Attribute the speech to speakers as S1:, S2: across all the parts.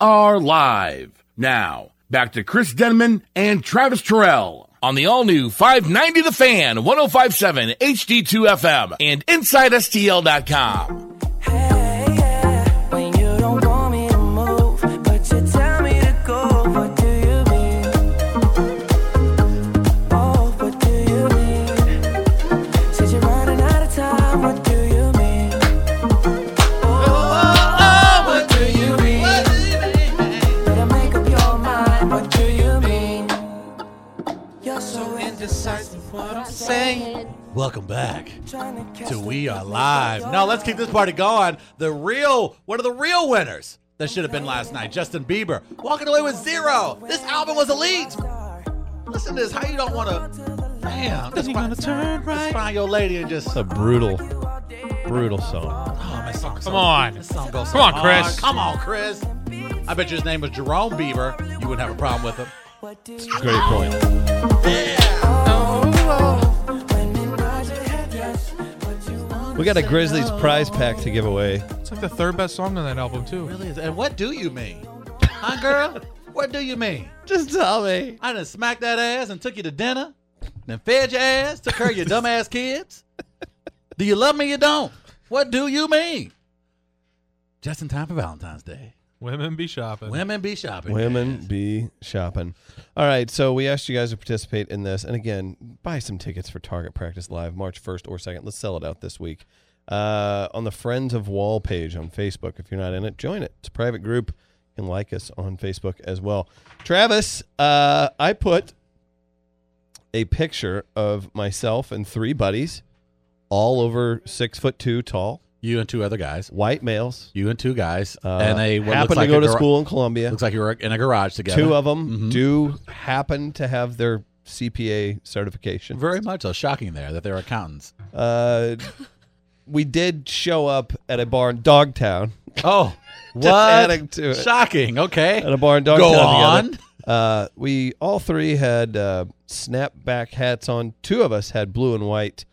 S1: are live. Now, back to Chris Denman and Travis Terrell on the all new 590 The Fan, 1057 HD2 FM, and InsideSTL.com.
S2: Welcome back to We Are Live. Now let's keep this party going. The real, one of the real winners that should have been last night, Justin Bieber, walking away with zero. This album was elite. Listen to this. How you don't want to? Damn. This gonna turn right. Just find your lady and just.
S3: It's a brutal, brutal song.
S2: Oh, my song.
S4: Come on.
S2: This song goes. so
S4: Come on,
S2: hard.
S4: Chris.
S2: Come on, Chris. I bet you his name was Jerome Bieber. You wouldn't have a problem with him.
S3: Great point. We got a Grizzlies prize pack to give away.
S4: It's like the third best song on that album, too.
S2: Really is. And what do you mean, huh, girl? What do you mean?
S3: Just tell me.
S2: I done smacked that ass and took you to dinner, then fed your ass, took care of your dumb ass kids. Do you love me? You don't. What do you mean? Just in time for Valentine's Day.
S4: Women be shopping.
S2: Women be shopping.
S3: Women be shopping. All right, so we asked you guys to participate in this, and again, buy some tickets for Target Practice Live March first or second. Let's sell it out this week. Uh, on the Friends of Wall page on Facebook. If you're not in it, join it. It's a private group. You can like us on Facebook as well. Travis, uh, I put a picture of myself and three buddies, all over six foot two tall,
S2: You and two other guys.
S3: white males.
S2: You and two guys.
S3: Uh,
S2: and they what
S3: happen
S2: looks like
S3: to go
S2: a
S3: to
S2: gar-
S3: school in Columbia.
S2: Looks like you were in a garage together.
S3: Two of
S2: Mhm.
S3: them do happen to have their CPA certification.
S2: Very much so. Shocking there that they're accountants.
S3: Uh, we did show up at a bar in Dogtown.
S2: Oh, what?
S3: adding to it.
S2: Shocking. Okay.
S3: At a bar in
S2: Go
S3: Dogtown
S2: on.
S3: together. Uh, we all three had uh, snapback hats on. Two of us had blue and white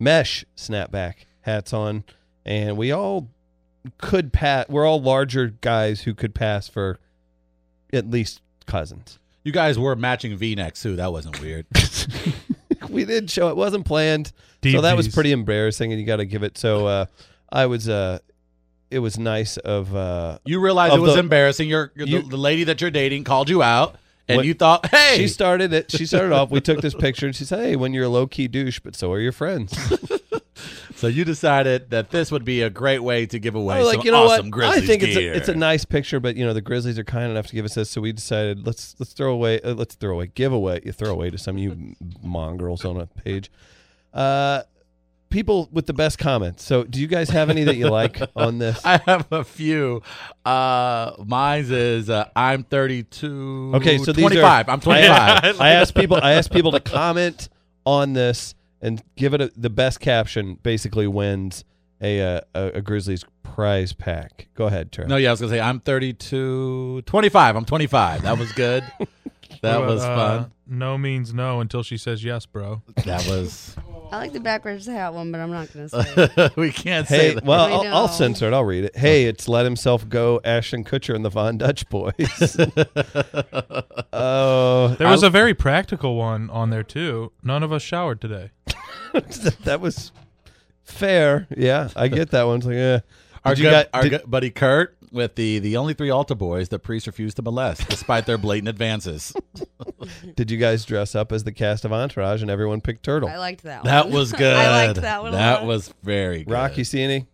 S3: mesh snapback hats on, and we all could pass. We're all larger guys who could pass for at least cousins.
S2: You guys were matching V-necks too. That wasn't weird.
S3: we did show it wasn't planned so
S4: Deep
S3: that was
S4: V's.
S3: pretty embarrassing and you got to give it so uh i was uh it was nice of uh
S2: You realize
S3: Of
S2: it was
S3: the-
S2: embarrassing. Your your-
S3: You-
S2: the, the lady that you're dating called you out, and
S3: What-
S2: you thought, "Hey,
S3: she started it she started off we took this picture and she said hey when you're a low-key douche but so are your friends
S2: So you decided that this would be a great way to give away
S3: I was
S2: some awesome Grizzlies
S3: i think it's
S2: gear.
S3: a, it's a nice picture but you know the grizzlies are kind enough to give us this so we decided let's let's throw away uh, let's throw away give away you throw away to some of you mongrels on a page uh people with the best comments so do you guys have any that you like on this
S2: I have a few. Uh, mine's is uh, I'm 32.
S3: Okay, so these are-
S2: 25. I'm 25.
S3: I, I asked people. I asked people to comment on this and give it a, the best caption. Basically, wins a, uh, a a Grizzlies prize pack. Go ahead, Trevor.
S2: no, yeah, I was gonna say I'm 32. 25. I'm 25. That was good. that
S4: What about,
S2: was
S4: uh,
S2: fun.
S4: No means no until she says yes, bro.
S2: That was.
S5: I like the backwards hat one, but I'm not gonna say. it.
S2: we can't say
S3: Hey,
S2: that.
S3: well,
S5: We
S3: I'll, I'll
S5: know.
S3: censor it. I'll read it. Hey, it's let himself go, Ashton Kutcher and the Von Dutch Boys. Oh,
S4: There was a very practical one on there, too. None of us showered today.
S3: that was fair. Yeah, I get that one. It's like, eh.
S2: Our,
S3: Did
S2: good,
S3: you got-
S2: our
S3: did-
S2: good buddy Kurt with the the only three altar boys that priests refused to molest despite their blatant advances.
S3: Did you guys dress up as the cast of Entourage and everyone picked Turtle?
S5: I liked that one.
S2: That was good.
S5: I liked that one. a
S2: That
S5: lot.
S2: was very good.
S3: Rocky, see any?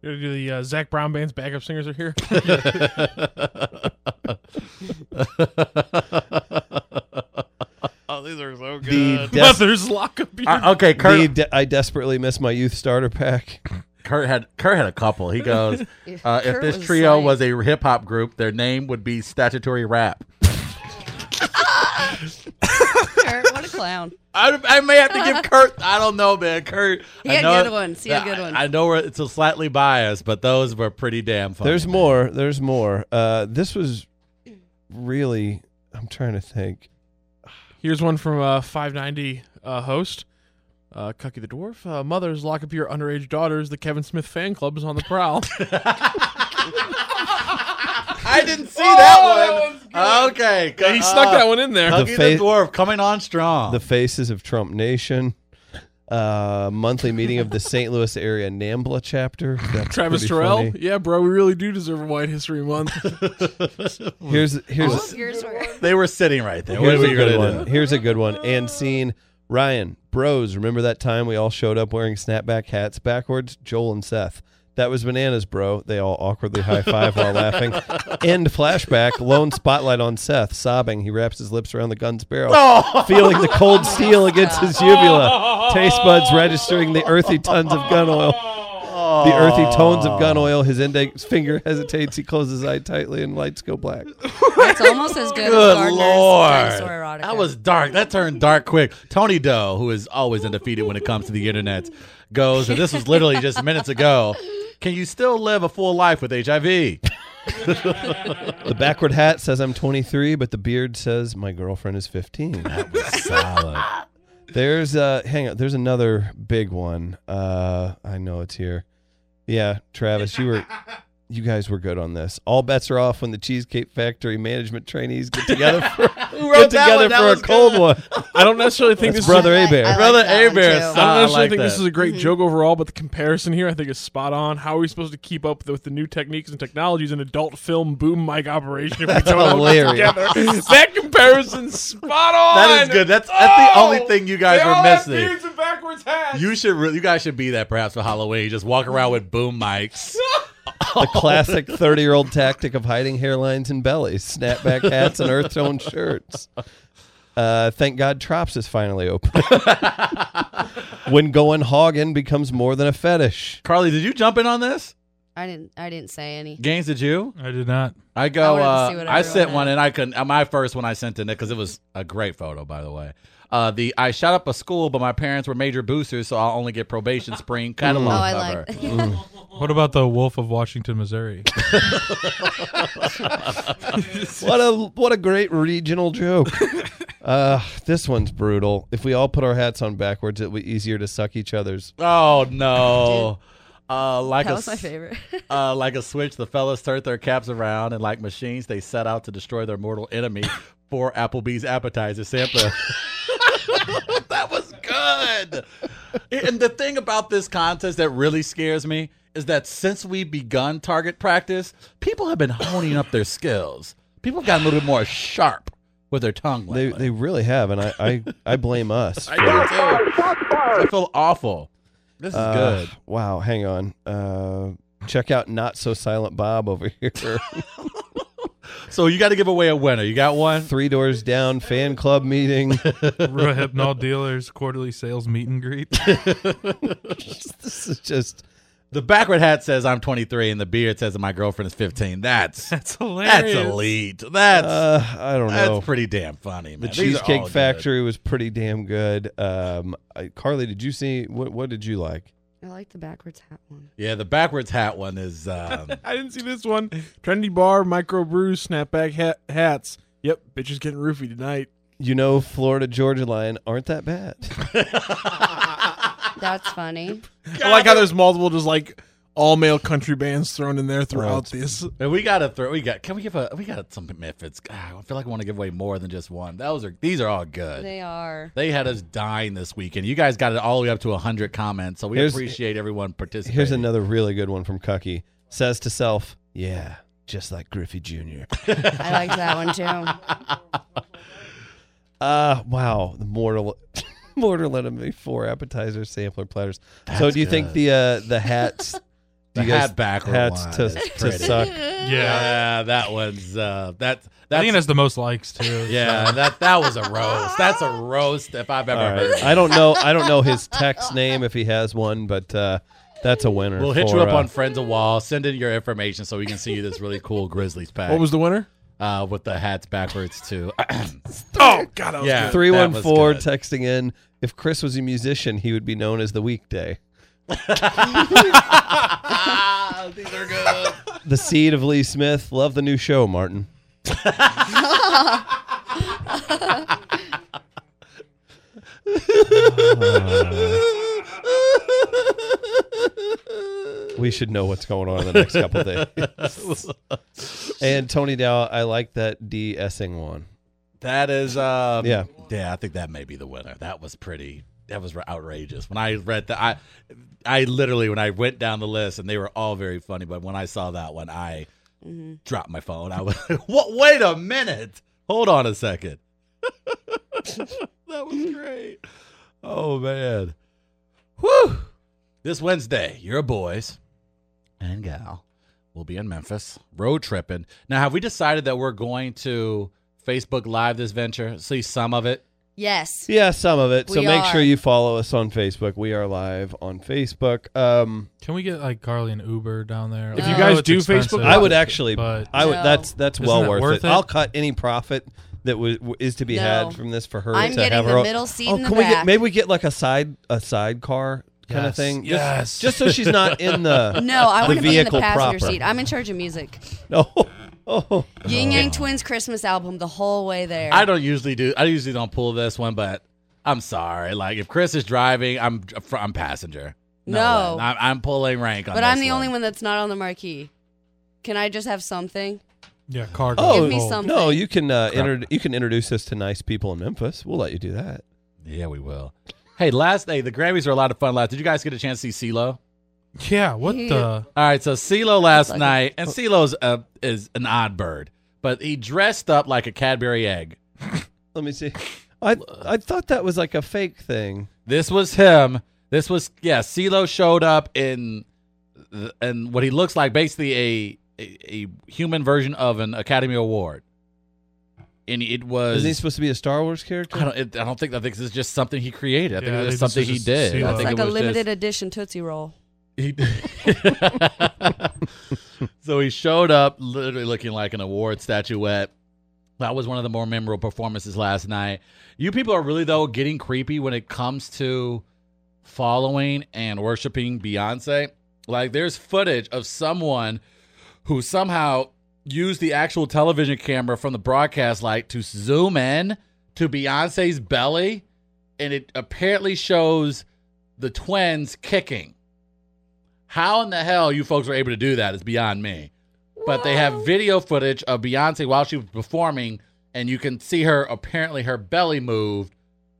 S6: You're gonna do the uh, Zach Brown band's backup singers are here.
S2: oh, these are so
S3: The des-
S4: Mother's lock up your
S2: Uh, okay, Kurt.
S3: The de- I desperately miss my youth starter pack.
S2: Kurt had Kurt had a couple. He goes,
S5: Yeah,
S2: uh, if
S5: Kurt
S2: this
S5: was
S2: trio
S5: like-
S2: was a hip hop group, their name would be Statutory Rap.
S5: Kurt, what a clown.
S2: I, I may have to give Kurt. I don't know, man. Kurt.
S5: He
S2: I
S5: had
S2: know-
S5: good ones. He had good ones.
S2: I, I know we're, it's a slightly biased, but those were pretty damn funny.
S3: There's more. There's more. Uh, this was really. I'm trying to think.
S6: Here's one from uh, 590 uh, host. Uh, Cucky the Dwarf. Uh, mothers, lock up your underage daughters. The Kevin Smith fan club is on the prowl.
S2: I did didn't see Oh, that
S4: that
S2: one. Okay, uh,
S6: He snuck that one in there.
S3: The
S2: Huggy the,
S3: face-
S2: dwarf coming on strong.
S3: the faces of Trump Nation. Uh, monthly meeting of the St. Louis area NAMBLA chapter. That's
S6: Travis
S3: pretty
S6: Terrell.
S3: funny.
S6: Yeah, bro, we really do deserve a White History Month.
S3: Here's here's
S5: All of yours were.
S2: they were sitting right there. What
S3: Here's
S2: are
S3: a
S2: we
S3: good
S2: gonna
S3: one.
S2: do?
S3: Here's a good one. And scene Ryan, bros, remember that time we all showed up wearing snapback hats backwards? Joel and Seth. That was bananas, bro. They all awkwardly high five while laughing. End flashback. Lone spotlight on Seth, sobbing. He wraps his lips around the gun's barrel, feeling the cold steel against his uvula. Taste buds registering the earthy tons of gun oil. The earthy tones of gun oil. His index finger hesitates. He closes his eye tightly, and lights go black.
S5: That's almost as good, as
S2: Good
S5: Gardner's
S2: lord.
S5: dinosaur erotica.
S2: That was dark. That turned dark quick. Tony Doe, who is always undefeated when it comes to the internet, goes, and this was literally just minutes ago. Can you still live a full life with HIV?
S3: The backward hat says I'm 23, but the beard says my girlfriend is 15.
S2: Solid.
S3: There's uh hang on, there's another big one. Uh I know it's here. Yeah, Travis, you were you guys were good on this. All bets are off when the Cheesecake Factory management trainees get together for, get
S2: that
S3: together
S2: one? That
S3: for a
S2: was
S3: cold
S2: good.
S3: one.
S6: I don't necessarily think
S3: That's
S6: this
S3: brother
S6: is.
S3: A
S5: I
S3: Bear.
S5: like
S2: Brother
S5: that one,
S2: Abear
S5: too.
S2: sucked. Ah,
S6: I
S2: I
S6: don't necessarily
S2: like
S6: think this
S2: that.
S6: is a great joke overall, but the comparison here I think is spot on. How are we supposed to keep up with the new techniques and technologies in adult film boom mic operation if we don't all get
S3: Hilarious.
S6: together? that comparison's spot on. Oh,
S2: That is good. That's that's the only thing you guys
S6: they
S2: were
S6: all have
S2: missing.
S6: beards and backwards hats.
S2: You should. Re- you guys should be that perhaps for Halloween. Just walk around with boom mics.
S3: The classic 30-year-old tactic of hiding hairlines and bellies, snapback hats and earth tone shirts. Uh, thank God Trops is finally open. when going hogging becomes more than a fetish.
S2: Carly, did you jump in on this?
S5: I didn't. I didn't say any.
S2: Gaines, did you?
S4: I did not.
S2: I go.
S5: I wanted to
S2: uh,
S5: see what
S2: I sent
S5: everyone
S2: one,
S5: had.
S2: and I couldn't. uh, My first one I sent in it because it was a great photo, by the way. Uh, the I shot up a school, but my parents were major boosters, so I'll only get probation spring
S5: Oh,
S2: catalog
S5: I
S2: cover.
S5: like. that.
S4: What about the Wolf of Washington, Missouri?
S3: what a what a great regional joke. Uh, this one's brutal. If we all put our hats on backwards, it'll be easier to suck each other's.
S2: Oh no! Uh, like
S5: that
S2: a
S5: was my
S2: s-
S5: favorite.
S2: Uh, like a switch, the fellas turned their caps around, and like machines, they set out to destroy their mortal enemy for Applebee's appetizer sampler. that was good. And the thing about this contest that really scares me is that since we've begun target practice, people have been honing up their skills. People have gotten a little bit more sharp with their tongue.
S3: They
S2: lately.
S3: they really have, and I I, I blame us.
S2: I do too. I feel awful. This is
S3: Uh,
S2: good.
S3: Wow, hang on. Uh, check out not so silent Bob over here.
S2: So you got to give away a winner. You got one.
S3: Three doors down, fan club meeting.
S4: Rohypnol dealers quarterly sales meet and greet.
S3: this is just
S2: The backward hat says I'm 23, and the beard says that my girlfriend is 15. That's
S4: That's
S2: that's
S4: hilarious.
S2: elite. That's
S3: uh, I don't
S2: that's
S3: know.
S2: pretty damn funny.
S3: the
S2: Man. These are all
S3: Cheesecake
S2: good.
S3: Factory was pretty damn good. Um, I, Carly, did you see what? What did you like?
S5: I like the backwards hat one.
S2: Yeah, the backwards hat one is. Um,
S6: I didn't see this one. Trendy bar, micro brews, snapback hat, hats. Yep, bitches getting roofie tonight.
S3: You know, Florida Georgia line aren't that bad.
S5: That's funny.
S6: I like how there's multiple just like all male country bands thrown in there throughout this.
S2: and we gotta throw. We got. Can we give a? We got some methods. God, I feel like I want to give away more than just one. Those are. These are all good. They,
S5: They are.
S2: had us dying this weekend. You guys got it all the way up to 100 comments, so we
S3: Here's-
S2: appreciate everyone participating.
S3: Here's another really good one from Cucky. Says to self, yeah, just like Griffey Jr.
S5: I like that one too.
S3: Uh wow, the mortal mortal enemy four appetizer sampler platters. so
S2: That's
S3: do you think
S2: good.
S3: the uh the hats
S2: The
S3: do you guys-
S2: hat backward
S3: hats
S2: one
S3: to,
S2: is
S3: to
S2: pretty.
S3: suck?
S4: Yeah.
S2: Yeah, that one's. Uh, that
S4: I
S2: that's
S4: think it has the most likes too.
S2: Yeah, that that was a roast. That's a roast if I've ever
S3: All
S2: heard.
S3: right. I don't know I don't know his text name if he has one, but uh that's a winner.
S2: We'll hit you
S3: for,
S2: up
S3: uh,
S2: on Friends of Wall. Send in your information so we can see you this really cool Grizzlies pack.
S6: What was the winner?
S2: uh, with the hats backwards too?
S6: Oh God, that was
S2: yeah,
S3: uh, three one
S2: that was
S3: four
S2: good.
S3: texting in. If Chris was a musician, he would be known as the weekday.
S2: These are good.
S3: The seed of Lee Smith. Love the new show, Martin. We should know what's going on in the next couple of days. And Tony Dow, I like that D Essing one.
S2: That is, um,
S3: Yeah.
S2: yeah. I think that may be the winner. That was pretty. That was outrageous. When I read that, I, I literally when I went down the list, and they were all very funny. But when I saw that one, I dropped my phone. I was, like, what? Wait a minute. Hold on a second. that was great. Oh man. Whew. This Wednesday, your boys and gal will be in Memphis road tripping. Now, have we decided that we're going to Facebook Live this venture? See some of it.
S5: Yes.
S3: Yeah, some of it. so
S5: We
S3: make sure
S5: are.
S3: you follow us on Facebook. We are live on Facebook. Um,
S4: Can we get like Carly and Uber down there?
S6: If
S4: Like,
S5: you
S4: I
S5: guys
S4: know it's
S6: do
S4: expensive,
S6: Facebook
S3: I would actually.
S4: but
S3: I would.
S5: No.
S3: That's that's
S4: Isn't
S3: well
S4: that
S3: worth,
S4: worth
S3: it.
S4: it?
S3: I'll cut any profit that was w- is to be
S5: No.
S3: had from this for her.
S5: I'm
S3: to
S5: getting
S3: have
S5: the
S3: her own-
S5: middle seat
S3: Oh,
S5: in the
S3: can we
S5: back.
S3: get? Maybe we get like a side a sidecar kind of
S4: Yes.
S3: thing. Just-
S4: Yes.
S3: Just, so she's not in the
S5: No, I
S3: the
S5: want to be in the
S3: vehicle
S5: passenger
S3: proper.
S5: seat. I'm in charge of music.
S3: No. Oh.
S5: Ying Yang Twins Christmas album the whole way there.
S2: I don't usually do. I usually don't pull this one, but I'm sorry. Like if Chris is driving, I'm I'm passenger.
S5: No.
S2: way. I'm, I'm pulling rank on.
S5: but I'm
S2: this
S5: the only one that's not on the marquee. Can I just have something?
S4: yeah, Carly.
S3: Oh,
S5: Give me some.
S3: No, you can uh, inter- you can introduce us to nice people in Memphis. We'll let you do that.
S2: Yeah, we will. Hey, last hey, the Grammys were a lot of fun last. Did you guys get a chance to see CeeLo?
S4: Yeah, what the?
S2: All right, so CeeLo last
S5: Like a-
S2: night, and CeeLo's uh, is an odd bird, but he dressed up like a Cadbury egg.
S3: Let me see. I I thought that was like a fake thing.
S2: This was him. This was yeah. CeeLo showed up in th- in what he looks like, basically a a, a human version of an Academy Award, and it was.
S3: Isn't he supposed to be a Star Wars character?
S2: I don't. It, I don't think. I think this is just something he created. I think
S4: Yeah,
S2: it
S4: I
S2: was
S4: think this
S2: something
S4: is
S2: he
S4: just
S2: did.
S4: CeeLo.
S2: I
S4: It's
S2: think
S5: It's like
S2: it
S5: a
S2: was
S5: limited
S2: just-
S5: edition Tootsie Roll.
S2: He so he showed up literally looking like an award statuette. That was one of the more memorable performances last night. You people are really though getting creepy when it comes to following and worshiping Beyonce. Like there's footage of someone who somehow used the actual television camera from the broadcast light to zoom in to Beyonce's belly and it apparently shows the twins kicking. How in the hell you folks were able to do that is beyond me. But they have video footage of Beyonce while she was performing, and you can see her apparently her belly moved,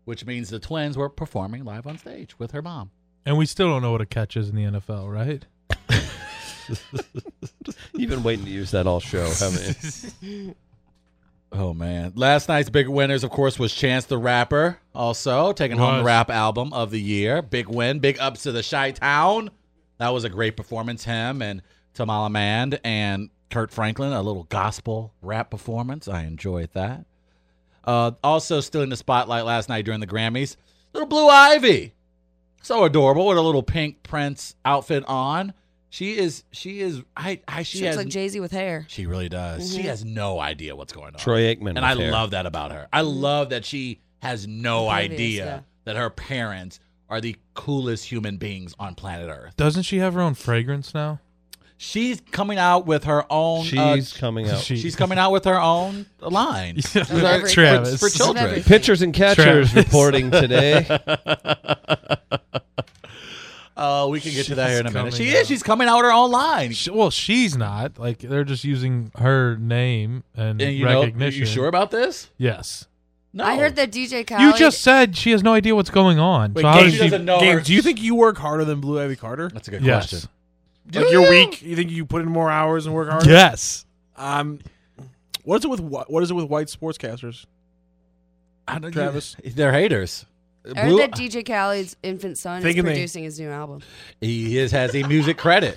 S2: which means the twins were performing live on stage with her mom.
S4: And we still don't know what a catch is in the NFL, right?
S3: You've been waiting to use that all show, haven't you?
S2: Oh man! Last night's big winners, of course, was Chance the Rapper, also taking home the
S4: Was.
S2: rap album of the year. Big win, big ups to the Chi Town. That was a great performance. Him and Tamala Mand and Kurt Franklin, a little gospel rap performance. I enjoyed that. Uh, also, still in the spotlight last night during the Grammys, little Blue Ivy, so adorable with a little pink Prince outfit on. She is, she is, I, I, she,
S5: She
S2: has,
S5: looks like Mm-hmm. Jay Z with hair.
S2: she really does. She has no idea what's going on.
S3: Troy Aikman.
S2: And
S3: was
S2: I
S3: there.
S2: love that about her. I love that she has no
S5: Oblivious,
S2: idea
S5: Mm-hmm. yeah.
S2: that her parents are the coolest human beings on planet Earth.
S4: Doesn't she have her own fragrance now?
S2: She's coming out with her own. uh,
S3: She's coming out.
S4: She-
S2: she's coming out with her own line
S4: Yeah.
S2: For- for-
S4: Travis.
S2: for, children.
S5: Everything.
S3: Pitchers and catchers
S4: Travis.
S3: reporting today.
S2: Uh, we can get to that here in a
S4: She's
S2: minute. She
S4: coming
S2: is.
S4: out.
S2: She's coming out with her own line.
S4: She- well, she's not. Like they're just using her name and,
S2: And you know,
S4: recognition.
S2: you sure about this?
S4: Yes.
S2: No.
S5: I heard that DJ Khaled.
S4: You just said she has no idea what's going on.
S6: Wait,
S4: so how
S6: Gabe
S4: does she?
S2: doesn't know her.
S6: Gabe, do you think you work harder than Blue Ivy Carter?
S2: That's a good
S4: Yes.
S2: question.
S6: Like you're weak. You think you put in more hours and work harder?
S4: Yes.
S6: Um, what is it with whi- what is it with white sportscasters?
S2: I don't-
S6: Travis.
S2: they're haters.
S5: I heard that DJ Khaled's infant son is
S6: Thinking they-
S5: producing his new album.
S2: He is, has a music credit.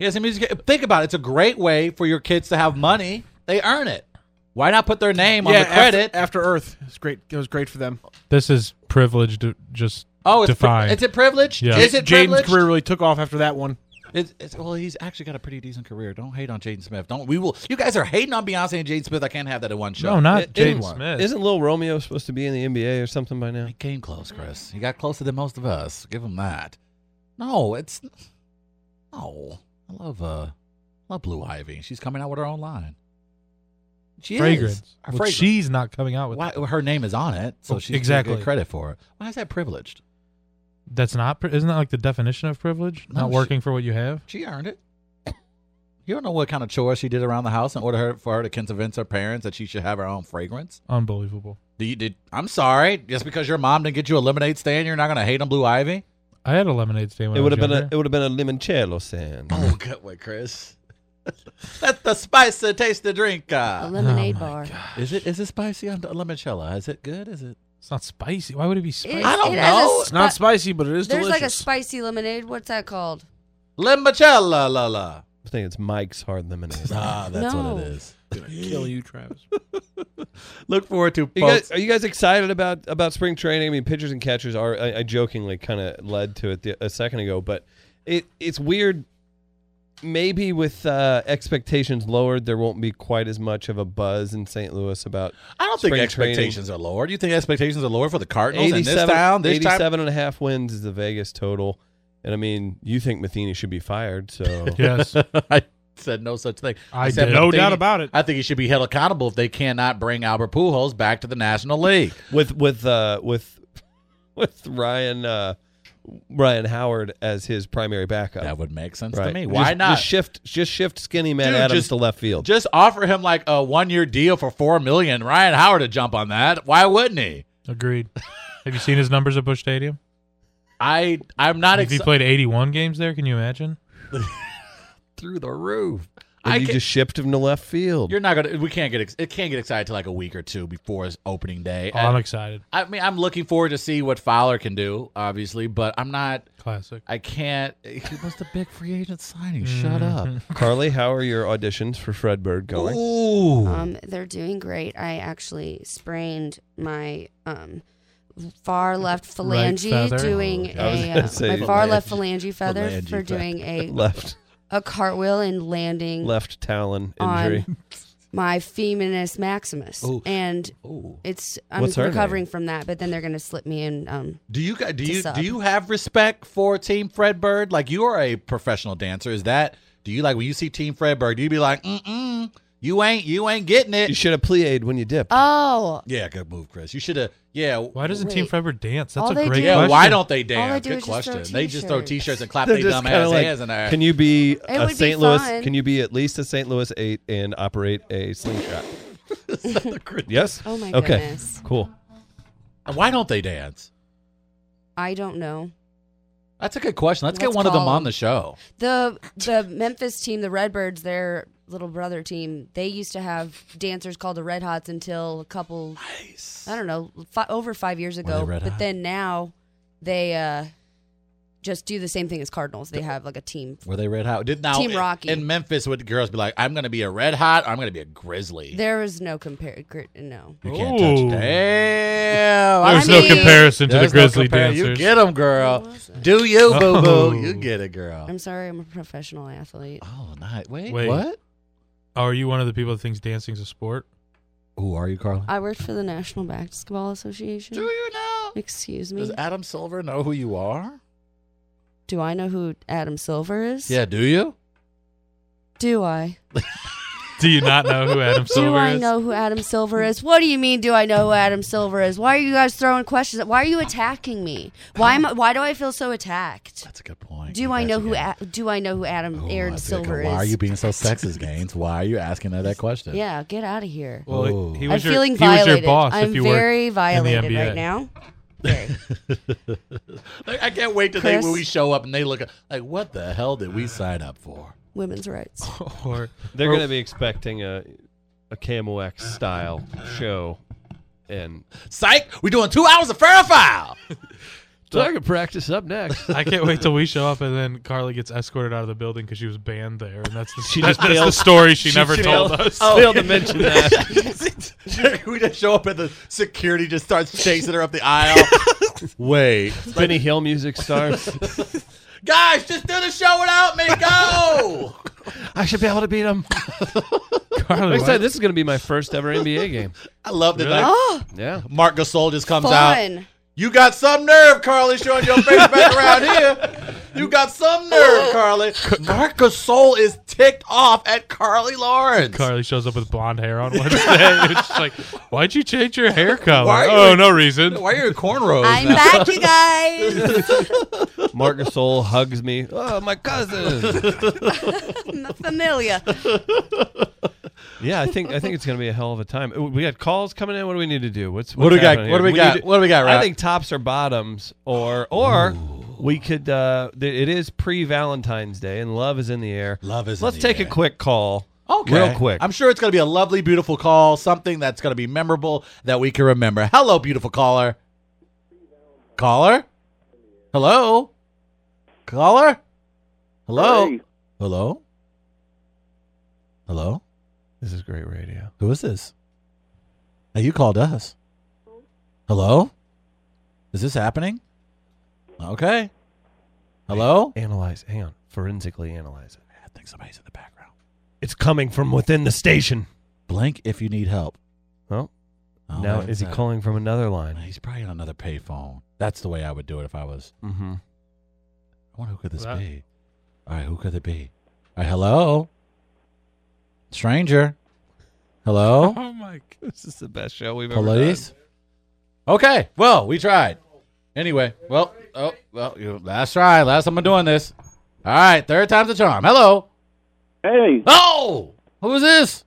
S2: He has a music. Think about it. It's a great way for your kids to have money. They earn it. Why not put their name on the credit?
S6: after, after Earth. It's great. It was great for them.
S4: This is privileged. to Just
S2: oh, it's
S4: defined.
S2: pri- is it privilege?
S4: Yeah.
S2: Is it
S6: Jaden's
S2: privilege?
S6: career really took off after that one.
S2: It's, it's, well, he's actually got a pretty decent career. Don't hate on Jaden Smith. Don't we will? You guys are hating on Beyonce and Jaden Smith. I can't have that in one show.
S4: no, not
S3: It- isn't-
S4: Jaden Smith.
S3: Isn't Lil Romeo supposed to be in the NBA or something by now?
S2: He came close, Chris. He got closer than most of us. Give him that. No, it's no. I love uh, I love Blue Ivy. She's coming out with her own line. She
S4: fragrance.
S2: Is. Her
S4: Well,
S2: fragrance.
S4: She's not coming out with.
S2: Why, her name is on it, so
S4: Oh,
S2: she's exactly
S4: exactly.
S2: get credit for it. Why is that privileged?
S4: That's not. pri- Isn't that like the definition of privilege?
S2: No,
S4: not
S2: she-
S4: working for what you have.
S2: She earned it. You don't know what kind of chores she did around the house in order her, for her to convince her parents that she should have her own fragrance.
S4: Unbelievable.
S2: Do you, did I'm sorry, just because your mom didn't get you a lemonade stand, you're not gonna hate on Blue Ivy.
S4: I had a lemonade stand. When
S3: It
S4: I
S3: would
S4: was
S3: have been a
S4: younger.
S3: it would have been a limoncello stand.
S2: Oh, good way, Chris. That's the spice that tastes the drink.
S5: A
S2: Uh,
S5: lemonade
S4: my
S5: bar.
S2: is it is it spicy on the limoncello? Is it good? Is it?
S4: It's not spicy. Why would it be spicy?
S2: I don't
S5: it has a
S2: know.
S6: It's not
S5: spi-
S6: spicy, but it is
S5: There's
S6: delicious.
S5: like a spicy lemonade. What's that called?
S2: Limoncello, la la.
S3: I think it's Mike's hard lemonade.
S2: Ah, that's
S5: No.
S2: what it is.
S6: Gonna kill you, Travis.
S2: Look forward to
S3: You guys, are you guys excited about about spring training? I mean, pitchers and catchers are. I, I jokingly kind of led to it the, a second ago, but it it's weird. Maybe with uh, expectations lowered, there won't be quite as much of a buzz in St. Louis about
S2: I don't think
S3: Spring
S2: expectations are lower. Do you think expectations are lower for the Cardinals in
S3: 87,
S2: this town? This time?
S3: 87 and a half wins is the Vegas total. And I mean, you think Matheny should be fired, so
S4: yes.
S2: I said no such thing.
S4: I
S2: said
S4: did. No
S2: Matheny-
S4: doubt about it.
S2: I think he should be held accountable if they cannot bring Albert Pujols back to the National League.
S3: with with uh, with with Ryan uh, Ryan Howard as his primary backup.
S2: That would make sense
S3: Right.
S2: to me.
S3: Just-
S2: Why not?
S3: Just shift, just shift skinny man
S2: Dude,
S3: Adams
S2: just-
S3: to left field.
S2: Just offer him like a one-year deal for four million. Ryan Howard to jump on that. Why wouldn't he?
S4: Agreed. Have you seen his numbers at Bush Stadium?
S2: I I'm not
S4: If he
S2: excited
S4: played 81 games there, can you imagine?
S2: through the roof.
S3: and
S2: I
S3: you
S2: can-
S3: just shipped him to left field.
S2: you're not gonna. We can't get ex- it. Can't get excited till like a week or two before his opening day.
S4: Oh, I'm
S2: And
S4: excited.
S2: I mean, I'm looking forward to see what Fowler can do, obviously, but I'm not.
S4: Classic.
S2: I can't. He was the big free agent signing. Shut up.
S3: Carly, how are your auditions for Fred Bird going?
S2: Ooh.
S5: Um, they're doing great. I actually sprained my um far left phalange
S4: feather?
S5: doing
S3: I was
S5: a
S3: gonna
S5: uh,
S3: say
S5: my far left
S2: phalange.
S5: phalange feather
S2: Phalange
S5: for
S2: feather.
S5: doing a
S3: Left,
S5: a cartwheel and landing
S3: left talon
S5: on
S3: injury.
S5: my feminus maximus
S2: Ooh.
S5: and
S2: Ooh.
S5: it's i'm
S3: What's her
S5: recovering
S3: name?
S5: from that but then they're gonna slip me in um
S2: Do you gu- do
S5: To
S2: you
S5: sub.
S2: do you have respect for Team Fred Bird? Like you are a professional dancer. Is that do you like when you see Team Fred Bird? Do you be like, mm mm, you ain't you ain't getting
S3: You
S2: it?
S3: should have plied when you dipped.
S5: oh
S2: Yeah, good move, Chris. You should have. Yeah,
S4: Why doesn't Team
S5: Wait.
S4: Trevor dance? That's
S5: All
S4: a
S5: they
S4: great
S5: do-
S2: yeah.
S4: question.
S2: Why don't they
S5: All they
S2: dance?
S5: do
S2: Good
S5: is just throw
S2: question. They just throw
S5: t-shirts.
S2: T-shirts and clap
S3: They're
S2: their
S3: just
S2: dumb
S3: kinda
S2: ass
S3: like,
S2: hands in there.
S3: can you be a
S5: would be
S3: St. Louis?
S5: fun.
S3: Can you be at least a St. Louis eight and operate a slingshot? yes.
S5: oh my
S3: okay.
S5: goodness
S3: Cool.
S2: Why don't they dance?
S5: i don't know
S2: That's a good question. Let's, get
S5: Let's
S2: one of them
S5: call
S2: on
S5: them.
S2: the show.
S5: the the memphis team the redbirds their little brother team they used to have dancers called the red hots until a couple i don't know fi- over five years
S2: they
S5: ago
S2: Red
S5: but
S2: Hot?
S5: then now they uh just do the same thing as cardinals they have like a team
S2: Were they red hot? Did now
S5: Team Rocky.
S2: in Memphis? Would girls be like, "I'm going to be a red hot. or I'm going to be a grizzly."
S5: there is no compare gr- no
S2: you can't touch.
S4: Ooh.
S2: Damn, I
S4: There's
S5: I
S4: no
S5: mean-
S4: comparison to the
S2: There's no
S4: Grizzly
S2: compare. You
S4: dancers.
S2: get them, girl.
S5: was it?
S2: Do you, boo
S4: Oh.
S2: boo? You get it, girl.
S5: i'm sorry i'm a professional athlete
S2: Oh, nice. Wait,
S4: Wait.
S2: what?
S4: Oh, are you one of the people that thinks dancing's a sport?
S2: Who are you, Carla?
S5: I worked for the National Basketball Association.
S2: Do you know?
S5: Excuse me.
S2: Does Adam Silver know who you are?
S5: Do I know who Adam Silver is?
S2: Yeah, do you?
S5: Do I?
S4: Do you not know who Adam Silver
S5: do I
S4: is?
S5: know who Adam Silver is? What do you mean? Do I know who Adam Silver is? Why are you guys throwing questions? Why are you attacking me? Why am? I, why do I feel so attacked?
S2: That's a good point.
S5: Do I know who?
S2: Adam
S5: A, do I know who Adam
S4: Oh,
S5: Aaron Silver
S2: Why are
S5: is?
S2: you being so sexist, Gaines? Why are you asking her that question?
S5: yeah, get out of here.
S4: Well,
S2: Ooh.
S4: he
S5: I'm
S4: was your,
S5: feeling
S4: he
S5: violated.
S4: was your boss
S5: I'm
S4: if you
S5: very
S4: in
S5: violated
S4: the NBA.
S5: right now. Very.
S2: Like, I can't wait to think
S5: Chris?
S2: when we show up and they look at- like, what the hell did we sign up for?
S5: Women's rights.
S4: worked. Or,
S3: They're going to be expecting a a Camel X style show, and
S2: Psych, we're doing two hours of fair file.
S3: target practice up next.
S4: I can't wait till we show up and then Carly gets escorted out of the building because she was banned there, and that's the,
S3: She
S4: that-
S3: just
S4: that's the
S3: failed-
S4: story she, never told us.
S3: Failed to mention that.
S2: we just show up and the security just starts chasing her up the aisle. Wait.
S3: Benny Hill music starts.
S2: Guys, just do the show without me. Go.
S3: I should be able to beat him.
S4: Carly,
S3: Like I said,
S4: why,
S3: this is going to be my first ever NBA game.
S2: I love that. Like,
S5: Oh,
S3: Yeah.
S2: Mark Gasol just comes out.
S5: fun.
S2: You got some nerve, Carly, showing your face back around here. You got some nerve, Carly. Mark Gasol is ticked off at Carly Lawrence.
S4: Carly shows up with blonde hair on Wednesday. it's just like, why'd you change your hair color?
S2: Why are you
S4: oh,
S2: in-
S4: no reason.
S2: Why are your cornrows?
S5: I'm
S2: now?
S5: back, you guys.
S3: Mark Gasol hugs me. Oh, my cousin.
S5: I'm familiar.
S3: yeah, I think I think it's gonna be a hell of a time. Uh, We got calls coming in. What do we need to do? What's, what's
S2: What do we got?
S3: happening
S2: What do
S3: here?
S2: we got?
S3: need to-
S2: What do we got, Rob?
S3: I think tops or bottoms, or or we could. Uh, th- it is pre Valentine's Day, and love is in the air.
S2: Love is in
S3: Let's
S2: the
S3: take
S2: air.
S3: a quick call.
S2: Okay.
S3: real quick.
S2: I'm sure it's going to be a lovely, beautiful call, something that's going to be memorable that we can remember. Hello, beautiful caller. Caller? Hello? Caller? Hello?
S7: Hey.
S2: Hello? Hello?
S3: this is great radio.
S2: Who is this? Now you called us. Hello? Is this happening? Okay. Hello?
S3: Analyze. Hang on. Forensically analyze it.
S2: I think somebody's in the background.
S3: It's coming from within the station.
S2: Blink if you need help.
S3: Well,
S2: Oh,
S3: now
S2: wait,
S3: is he
S2: that-
S3: calling from another line?
S2: He's probably on another payphone. That's the way I would do it if I was.
S3: Mm-hmm.
S2: I wonder who could this
S4: That-
S2: be? All right, who could it be? All right, hello, stranger. Hello,
S4: Oh, my God.
S3: This is the best show we've
S2: police. Okay, well, we tried. Anyway, well, oh, well, you, last try, last time I'm doing this. All right, third time's the charm. Hello.
S7: Hey,
S2: Oh, who's this?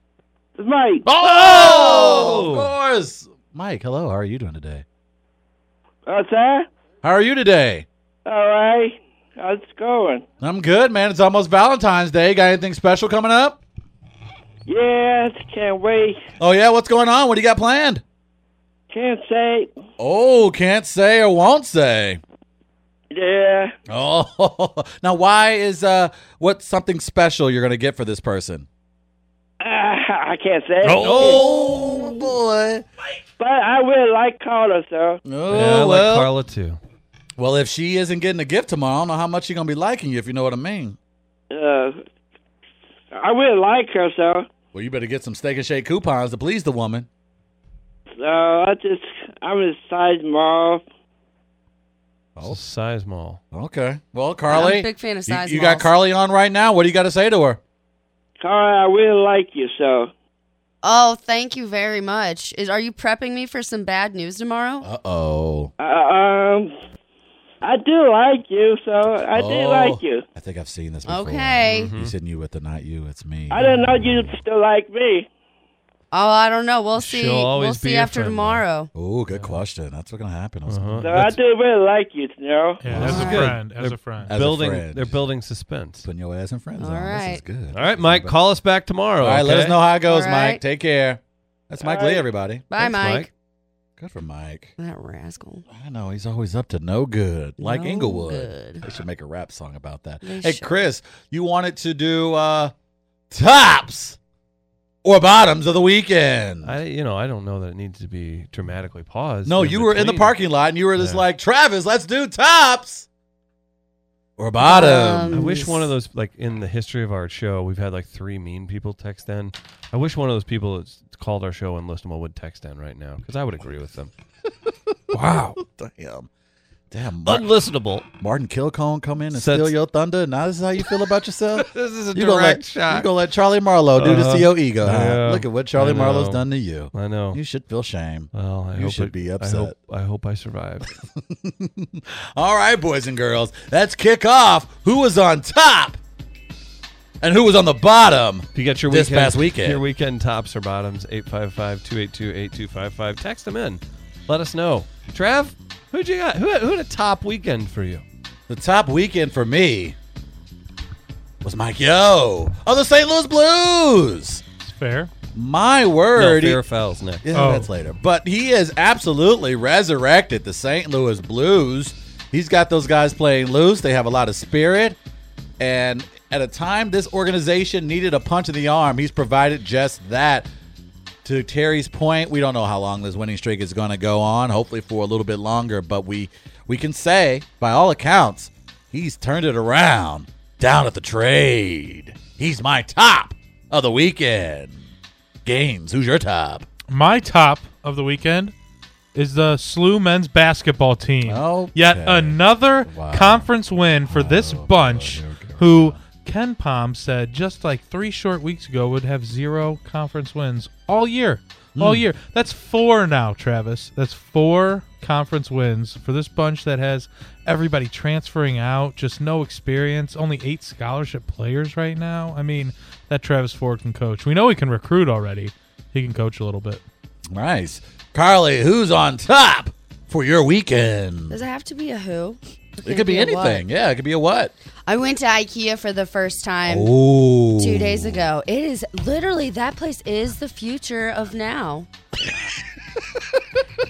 S7: it's Mike.
S2: Oh, of course. Mike, hello. How are you doing today?
S7: Outside?
S2: How are you today?
S7: Uh, All right. How's it going?
S2: I'm good, man. It's almost Valentine's Day. Got anything special coming up?
S7: Yes, can't wait.
S2: Oh yeah, what's going on? What do you got planned?
S7: Can't say.
S2: Oh, can't say or won't say.
S7: Yeah.
S2: Oh, now why is uh what's something special you're gonna get for this person?
S7: Ah, I can't say.
S2: Oh boy.
S7: But I really like Carter, though.
S2: Oh
S3: Yeah, I
S2: well.
S3: like Carla too.
S2: well, if she isn't getting a gift tomorrow, I don't know how much she's gonna be liking you. If you know what I mean.
S7: Uh, I really like her, though.
S2: Well, you better get some steak and shake coupons to please the woman.
S7: So I just, I'm excited tomorrow.
S3: Oh, size mall.
S2: Okay. Well,
S5: I'm
S2: Carly,
S5: a big fan of
S2: you,
S5: size.
S2: you got
S5: malls.
S2: Carly on right now. What do you got to say to her?
S7: Carter, I really like you, so.
S5: Oh, thank you very much. Is are you prepping me for some bad news tomorrow?
S2: Uh oh.
S7: Uh, um, I do like you, so I do like you.
S2: Oh. I think I've seen this before.
S5: okay.
S2: He said you with the not you, it's me.
S7: I didn't know you still like me.
S5: Oh, I don't know. We'll see.
S3: She'll always
S5: We'll
S3: be
S5: see
S3: your
S5: after
S3: friend, though.
S5: tomorrow.
S2: Oh, good question. That's what's gonna happen.
S3: Uh-huh.
S7: So I do really like you, you know.
S4: Yeah, as a
S3: Wow.
S4: friend. As
S3: They're-
S4: a friend.
S2: As a
S3: building.
S2: friend.
S3: They're building suspense.
S2: Putting your ass in friends.
S5: All
S2: zone. This is
S5: right.
S2: good.
S3: All right, Mike, call us back tomorrow.
S2: All right, let
S3: okay?
S2: us know how it goes,
S5: All
S2: Mike.
S5: right.
S2: Take care. That's Mike
S7: All
S2: Lee,
S7: right.
S2: everybody.
S5: Bye,
S3: Thanks,
S5: Mike.
S3: Mike.
S2: Good for Mike.
S5: That rascal.
S2: I know he's always up to no good, like
S5: No
S2: Inglewood.
S5: good.
S2: They should make a rap song about that.
S5: They
S2: hey,
S5: should.
S2: Chris, you wanted to do uh tops or bottoms of the weekend?
S3: I, you know, I don't know that it needs to be dramatically paused.
S2: no, you were in the
S3: between.
S2: parking lot and you were just
S3: Yeah.
S2: like, Travis, let's do tops or bottoms.
S5: Um,
S3: I wish one of those, like in the history of our show, we've had like three mean people text in. I wish one of those people that's called our show and listenable would text in right now because I would agree with them.
S2: wow,
S3: Um,
S2: damn, damn. Martin,
S3: Unlistenable.
S2: Martin Kilcone come in and
S3: Said-
S2: steal your thunder. Now this is how you feel about yourself.
S3: This is a
S2: You gonna let you gonna let Charlie Marlowe do this to your ego? huh?
S3: Yeah.
S2: Look at what Charlie
S3: I know.
S2: Marlowe's done to you.
S3: I know.
S2: You should feel shame.
S3: well, I
S2: you
S3: hope
S2: should
S3: it-
S2: be
S3: I hope
S2: upset.
S3: I, hope I survived.
S2: All right, boys and girls, let's kick off. Who was on top and who was on the bottom?
S3: If you got your
S2: This
S3: weekend,
S2: past weekend.
S3: your weekend tops or bottoms, 855-282-8255. Text them in. Let us know. Trav, who'd you got? Who had, who had a top weekend for you?
S2: The top weekend for me was Mike Yo of the St. Louis Blues.
S4: It's fair.
S2: My word.
S3: No, fair fouls next.
S2: Yeah,
S4: Oh.
S2: that's later. But he has absolutely resurrected the St. Louis Blues. He's got those guys playing loose. They have a lot of spirit. And at a time this organization needed a punch in the arm, he's provided just that. To Terry's point, we don't know how long this winning streak is going to go on. Hopefully for a little bit longer, but we we can say by all accounts, he's turned it around down at the trade. He's my top of the weekend. Gaines, who's your top?
S4: My top of the weekend is the SLU men's basketball team.
S2: Okay.
S4: Yet another
S2: Wow.
S4: conference win for this bunch, who Ken Palm said just like three short weeks ago would have zero conference wins all year.
S2: Hmm.
S4: All year. That's four now, Travis. That's four conference wins for this bunch that has everybody transferring out, just no experience, only eight scholarship players right now. I mean, that Travis Ford can coach. We know he can recruit already. He can coach a little bit.
S2: Nice. Carly, who's on top for your weekend?
S5: Does it have to be a who?
S2: It could be
S5: a what?
S2: anything. Yeah, it could be a what?
S5: I went to IKEA for the first time
S2: Ooh.
S5: two days ago. It is literally that place is the future of now.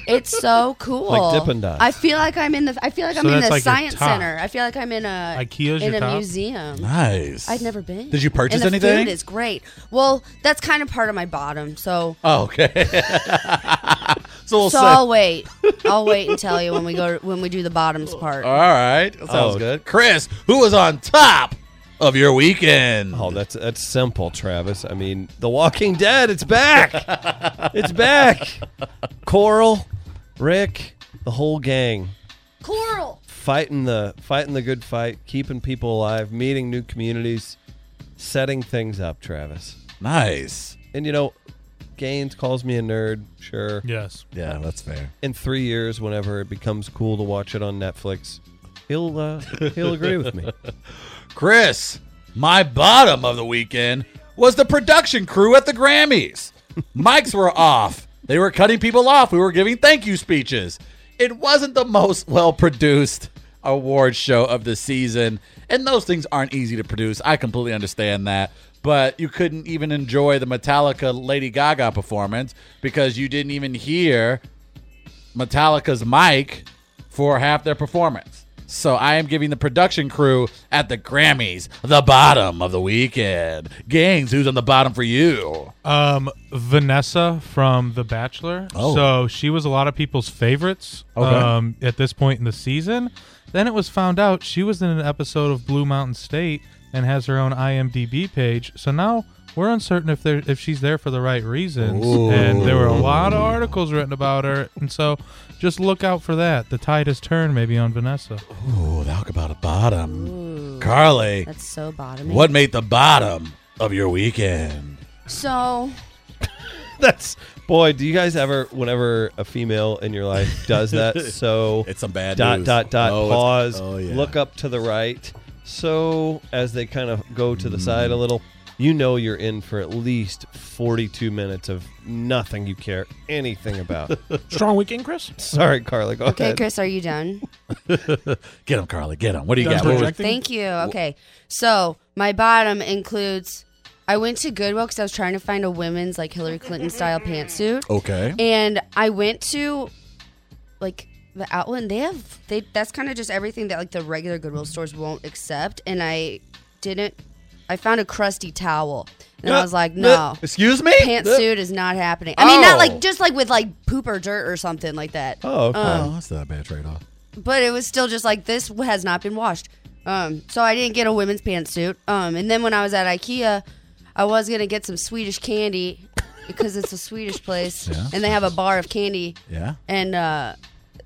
S5: it's so cool.
S3: Like Dippin' Dots.
S5: I feel like I'm in the. I feel like
S4: So
S5: I'm in
S4: that's
S5: the
S4: like your
S5: science
S4: top.
S5: center. I feel like I'm in a
S4: IKEA's
S5: in
S4: your
S5: a
S4: top?
S5: museum.
S2: Nice.
S5: I've never been.
S2: Did you purchase
S5: and the
S2: anything?
S5: Food is great. Well, that's kind of part of my bottom, so
S2: Oh, okay. so we'll
S5: so
S2: say.
S5: I'll wait. I'll wait and tell you when we go when we do the bottoms part.
S2: All right. That sounds
S3: Oh.
S2: good. Chris, who was on top of your weekend?
S3: Oh, that's that's simple, Travis. I mean, The Walking Dead, it's back. it's back. Coral, Rick, the whole gang
S5: Coral.
S3: fighting the fighting the good fight, keeping people alive, meeting new communities, setting things up, Travis.
S2: Nice.
S3: And you know, Gaines calls me a nerd, sure.
S4: Yes.
S2: Yeah, that's fair.
S3: In 3 years whenever it becomes cool to watch it on Netflix, he'll uh, he'll agree with me.
S2: Chris, my bottom of the weekend was the production crew at the Grammys. Mics were off. They were cutting people off. We were giving thank you speeches. It wasn't the most well produced award show of the season. And those things aren't easy to produce. I completely understand that. But you couldn't even enjoy the Metallica Lady Gaga performance because you didn't even hear Metallica's mic for half their performance. So I am giving the production crew at the Grammys the bottom of the weekend. Gangs, who's on the bottom for you?
S4: Um, Vanessa from The Bachelor.
S2: Oh.
S4: So she was a lot of people's favorites
S2: Okay.
S4: um, at this point in the season. Then it was found out she was in an episode of Blue Mountain State and has her own IMDb page. So now we're uncertain if there if she's there for the right reasons. And there were a lot of articles written about her, and so just look out for that. The tide has turned maybe on Vanessa.
S2: Ooh, talk about a bottom. Carly,
S5: That's so bottoming.
S2: what made the bottom of your weekend?
S5: So
S3: That's boy. Do you guys ever, whenever a female in your life does that, so
S2: It's some bad
S3: dot
S2: news.
S3: dot dot
S2: Oh, it's-
S3: pause,
S2: oh, yeah.
S3: look up to the right. So as they kind of go to the side a
S2: Mm.
S3: little, you know you're in for at least 42 minutes of nothing you care anything about.
S6: Strong weekend, Chris.
S3: Sorry, Carly. Go
S5: okay,
S3: ahead.
S5: Chris, are you done?
S2: Get him, Carly. Get him. What do you
S6: Done
S2: got? What was-
S6: projecting?
S5: Thank you. Okay. So my bottom includes I went to Goodwill because I was trying to find a women's like Hillary Clinton style pantsuit.
S2: okay.
S5: And I went to like the outlet and they have they that's kind of just everything that like the regular Goodwill stores won't accept. And I didn't I found a crusty towel. And I was like, no.
S2: Excuse me?
S5: Pantsuit is not happening. I mean, not
S2: Oh.
S5: like just like with like poop or dirt or something like that.
S3: Oh, okay.
S5: Uh.
S2: Oh, that's not a bad trade off.
S5: but it was still just like this has not been washed. Um, so I didn't get a women's pantsuit. Um, and then when I was at IKEA, I was gonna get some Swedish candy because it's a Swedish place,
S2: Yeah.
S5: and they have a bar of candy.
S2: Yeah.
S5: And uh,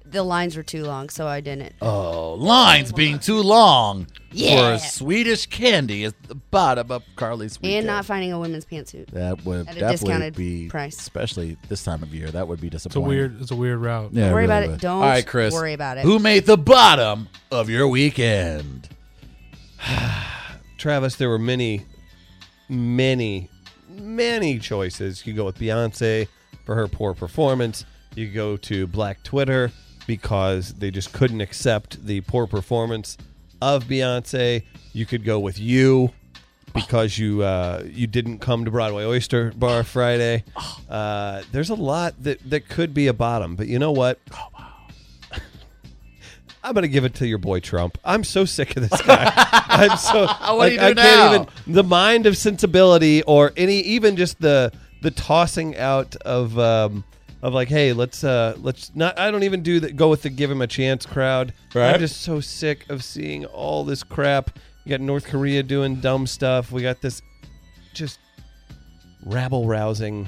S5: the lines were too long, so I didn't.
S2: Oh, lines being too long
S5: Yeah.
S2: for Swedish candy is the bottom of Carly's weekend.
S5: and not finding a women's pantsuit.
S2: That would
S5: At a
S2: definitely
S5: discounted
S2: be
S5: price.
S2: especially this time of year. That would be
S4: It's a
S2: disappointing.
S4: weird it's a weird route.
S2: Yeah,
S5: Don't worry about it.
S2: would.
S5: Don't
S2: All right, Chris.
S5: worry about it.
S2: Who made the bottom of your weekend?
S3: Travis, there were many, many, many choices. You could go with Beyonce for her poor performance. You could go to Black Twitter because they just couldn't accept the poor performance of Beyonce. You could go with you because you uh, you didn't come to Broadway Oyster Bar Friday. Uh, there's a lot that that could be a bottom, but you know what? I'm gonna give it to your boy Trump. I'm so sick of this guy. I'm so
S2: What do
S3: like,
S2: you do
S3: I can't
S2: now?
S3: even the mind of sensibility or any even just the the tossing out of um of like hey let's uh let's not I don't even do that go with the give him a chance crowd.
S2: Right.
S3: I'm just so sick of seeing all this crap. You got North Korea doing dumb stuff. We got this just rabble rousing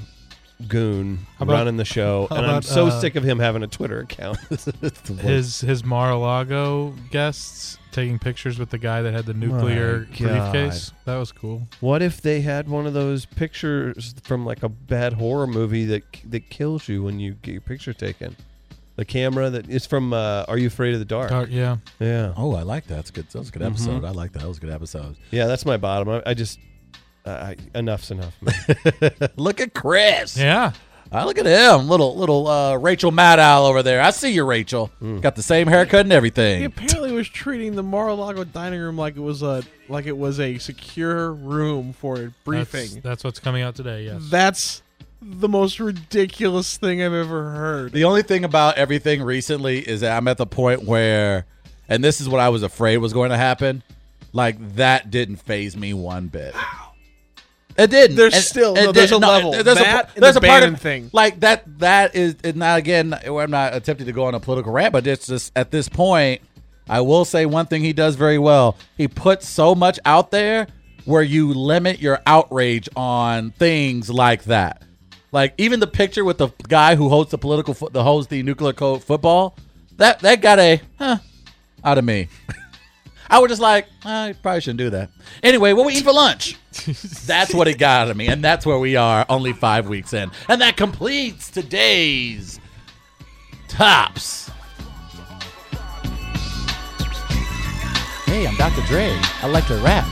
S3: goon
S4: How about-
S3: running the show,
S4: how
S3: and I'm
S4: about,
S3: so
S4: uh,
S3: sick of him having a Twitter account. It's the worst.
S4: His his Mar-a-Lago guests taking pictures with the guy that had the nuclear
S3: God.
S4: briefcase. That was cool.
S3: What if they had one of those pictures from like a bad horror movie that that kills you when you get your picture taken? The camera that is from uh, Are You Afraid of the Dark?
S4: Tar- yeah.
S3: Yeah,
S2: Oh, I like that. That's good. That was a good episode. I like that. That was a good episode.
S3: yeah, that's my bottom. I, I just I, I- enough's enough. man.
S2: look at Chris.
S4: Yeah.
S2: Ah, look at him, little little uh, Rachel Maddow over there. I see you, Rachel. Got the same haircut and everything.
S6: He apparently was treating the Mar-a-Lago dining room like it was a like it was a secure room for a
S4: That's,
S6: briefing.
S4: that's what's coming out today. Yes.
S6: That's, the most ridiculous thing I've ever heard.
S2: The only thing about everything recently is that I'm at the point where, and this is what I was afraid was going to happen. Like that didn't phase me one bit. It didn't.
S6: There's
S2: It-
S6: still-
S2: it
S6: no, there's
S2: didn't.
S6: a level.
S2: it- There's
S6: That
S2: a,
S6: and
S2: there's
S6: the
S2: a part
S6: Bannon
S2: of,
S6: thing.
S2: Like that. That is and not again. I'm not attempting to go on a political rant, but it's just at this point, I will say one thing he does very well. He puts so much out there where you limit your outrage on things like that. Like even the picture with the guy who holds the political, fo- the holds the nuclear code football. That that got a huh out of me. I was just like, I probably shouldn't do that. Anyway, what we eat for lunch? that's what it got out of me, and that's where we are, only five weeks in, and that completes today's tops. Hey, I'm Dr. Dre. I like to rap.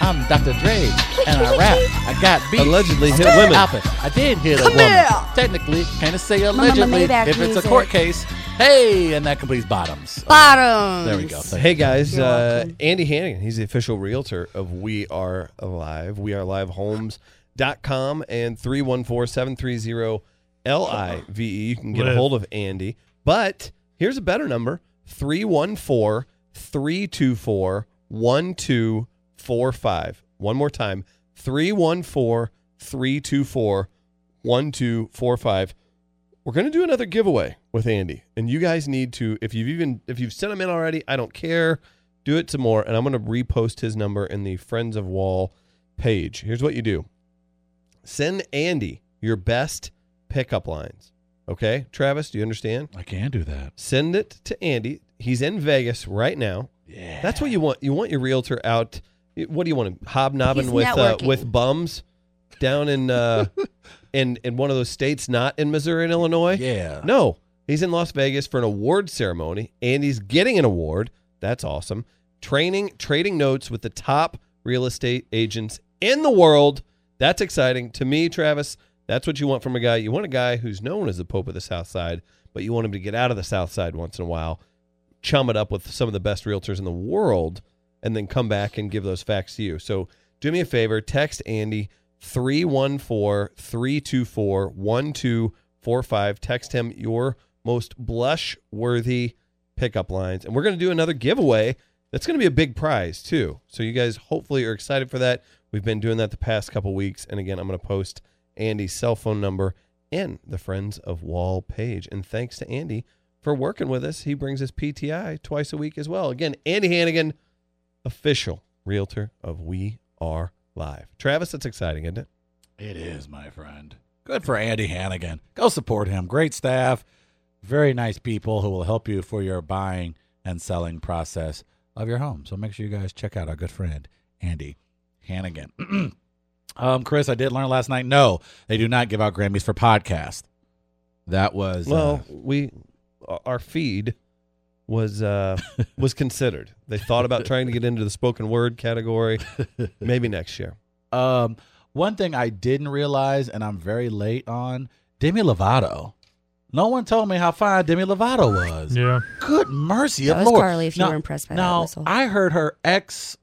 S2: I'm Dr. Dre, and I rap. I got beats.
S3: Allegedly hit
S2: I
S3: women.
S2: rap it. I did hit a woman. Technically, kind of say allegedly
S5: Maybach
S2: if it's
S5: music.
S2: a court case. Hey, and that completes bottoms.
S5: Bottoms.
S2: There we go. Thank
S3: hey guys, uh, Andy Hannigan, he's the official realtor of We Are Alive. We Are Live Homes.com and 314 730 LIVE. E. You can get a
S4: Live.
S3: hold of Andy. But here's a better number 314 324 1245. One more time 314 324 1245 we're going to do another giveaway with Andy. And you guys need to, if you've even, if you've sent them in already, I don't care. Do it some more. And I'm going to repost his number in the Friends of Wall page. Here's what you do send Andy your best pickup lines. Okay. Travis, do you understand?
S2: I can do that.
S3: Send it to Andy. He's in Vegas right now.
S2: Yeah.
S3: That's what you want. You want your realtor out. What do you want him hobnobbing
S5: He's
S3: with uh,
S5: networking.
S3: with bums down in uh, in in one of those states, not in Missouri and Illinois?
S2: Yeah.
S3: No, he's in Las Vegas for an award ceremony, and he's getting an award. That's awesome. Training, trading notes with the top real estate agents in the world. That's exciting to me, Travis. That's what you want from a guy. You want a guy who's known as the Pope of the South Side, but you want him to get out of the South Side once in a while, chum it up with some of the best realtors in the world, and then come back and give those facts to you. So do me a favor, text Andy 314 324 1245. Text him your most blush worthy pickup lines. And we're going to do another giveaway. That's going to be a big prize, too. So you guys hopefully are excited for that. We've been doing that the past couple weeks. And again, I'm going to post Andy's cell phone number in the Friends of Wall page. And thanks to Andy for working with us. He brings us PTI twice a week as well. Again, Andy Hannigan, official realtor of We Are Live. Travis, that's exciting, isn't it?
S2: It is, my friend. Good for Andy Hannigan. Go support him. Great staff, very nice people who will help you for your buying and selling process of your home. So make sure you guys check out our good friend, Andy Hannigan. um, Chris, I did learn last night no, they do not give out Grammys for podcast. That was.
S3: Well, we our feed was uh, was considered. They thought about trying to get into the spoken word category. Maybe next year.
S2: uh, um, one thing I didn't realize, and I'm very late on Demi Lovato. No one told me how fine Demi Lovato was.
S4: Yeah.
S2: Good mercy
S5: That
S2: of
S5: was
S2: Lord.
S5: Carly, if you were impressed by that
S2: now,
S5: whistle.
S2: I heard her ex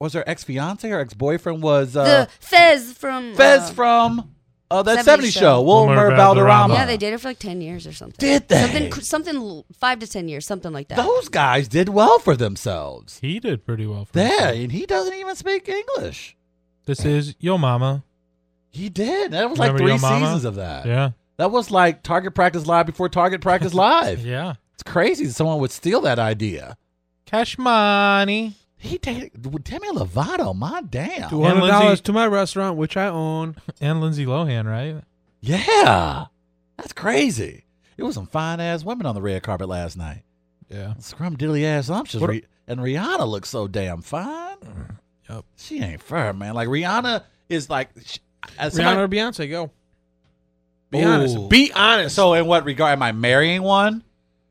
S2: was her ex fiance or ex boyfriend was uh,
S5: the Fez from
S2: Fez
S5: uh,
S2: from uh, that 70
S5: 70 show.
S2: show, Wilmer
S4: Wilmer
S2: Valderrama.
S4: Valderrama.
S5: Yeah, they did it for like ten years or something.
S2: Did they?
S5: Something, cr- something l- five to ten years, something like that.
S2: Those guys did well for themselves.
S4: He did pretty well. For
S2: Yeah,
S4: himself.
S2: and he doesn't even speak English.
S4: This is Yo Mama.
S2: He did. That was like
S4: Remember
S2: three
S4: Yo Mama?
S2: seasons of that.
S4: Yeah.
S2: That was like Target Practice Live before Target Practice Live.
S4: Yeah.
S2: It's crazy that someone would steal that idea.
S4: Cash money.
S2: He dated Demi Lovato. My damn.
S4: And
S6: $200
S4: Lindsay-
S6: to my restaurant, which I own.
S4: And Lindsay Lohan, right?
S2: Yeah. That's crazy. It was some fine ass women on the red carpet last night.
S4: Yeah.
S2: Scrumdiddly ass options.
S4: What-
S2: Ri- and Rihanna looks so damn fine.
S6: Mm-hmm.
S4: Yep.
S2: She ain't fair, man. Like Rihanna is like. sh- as
S6: Rihanna
S2: somebody-
S6: or Beyonce, go. Be
S2: Ooh.
S6: honest. Be honest.
S2: so in what regard am I marrying one?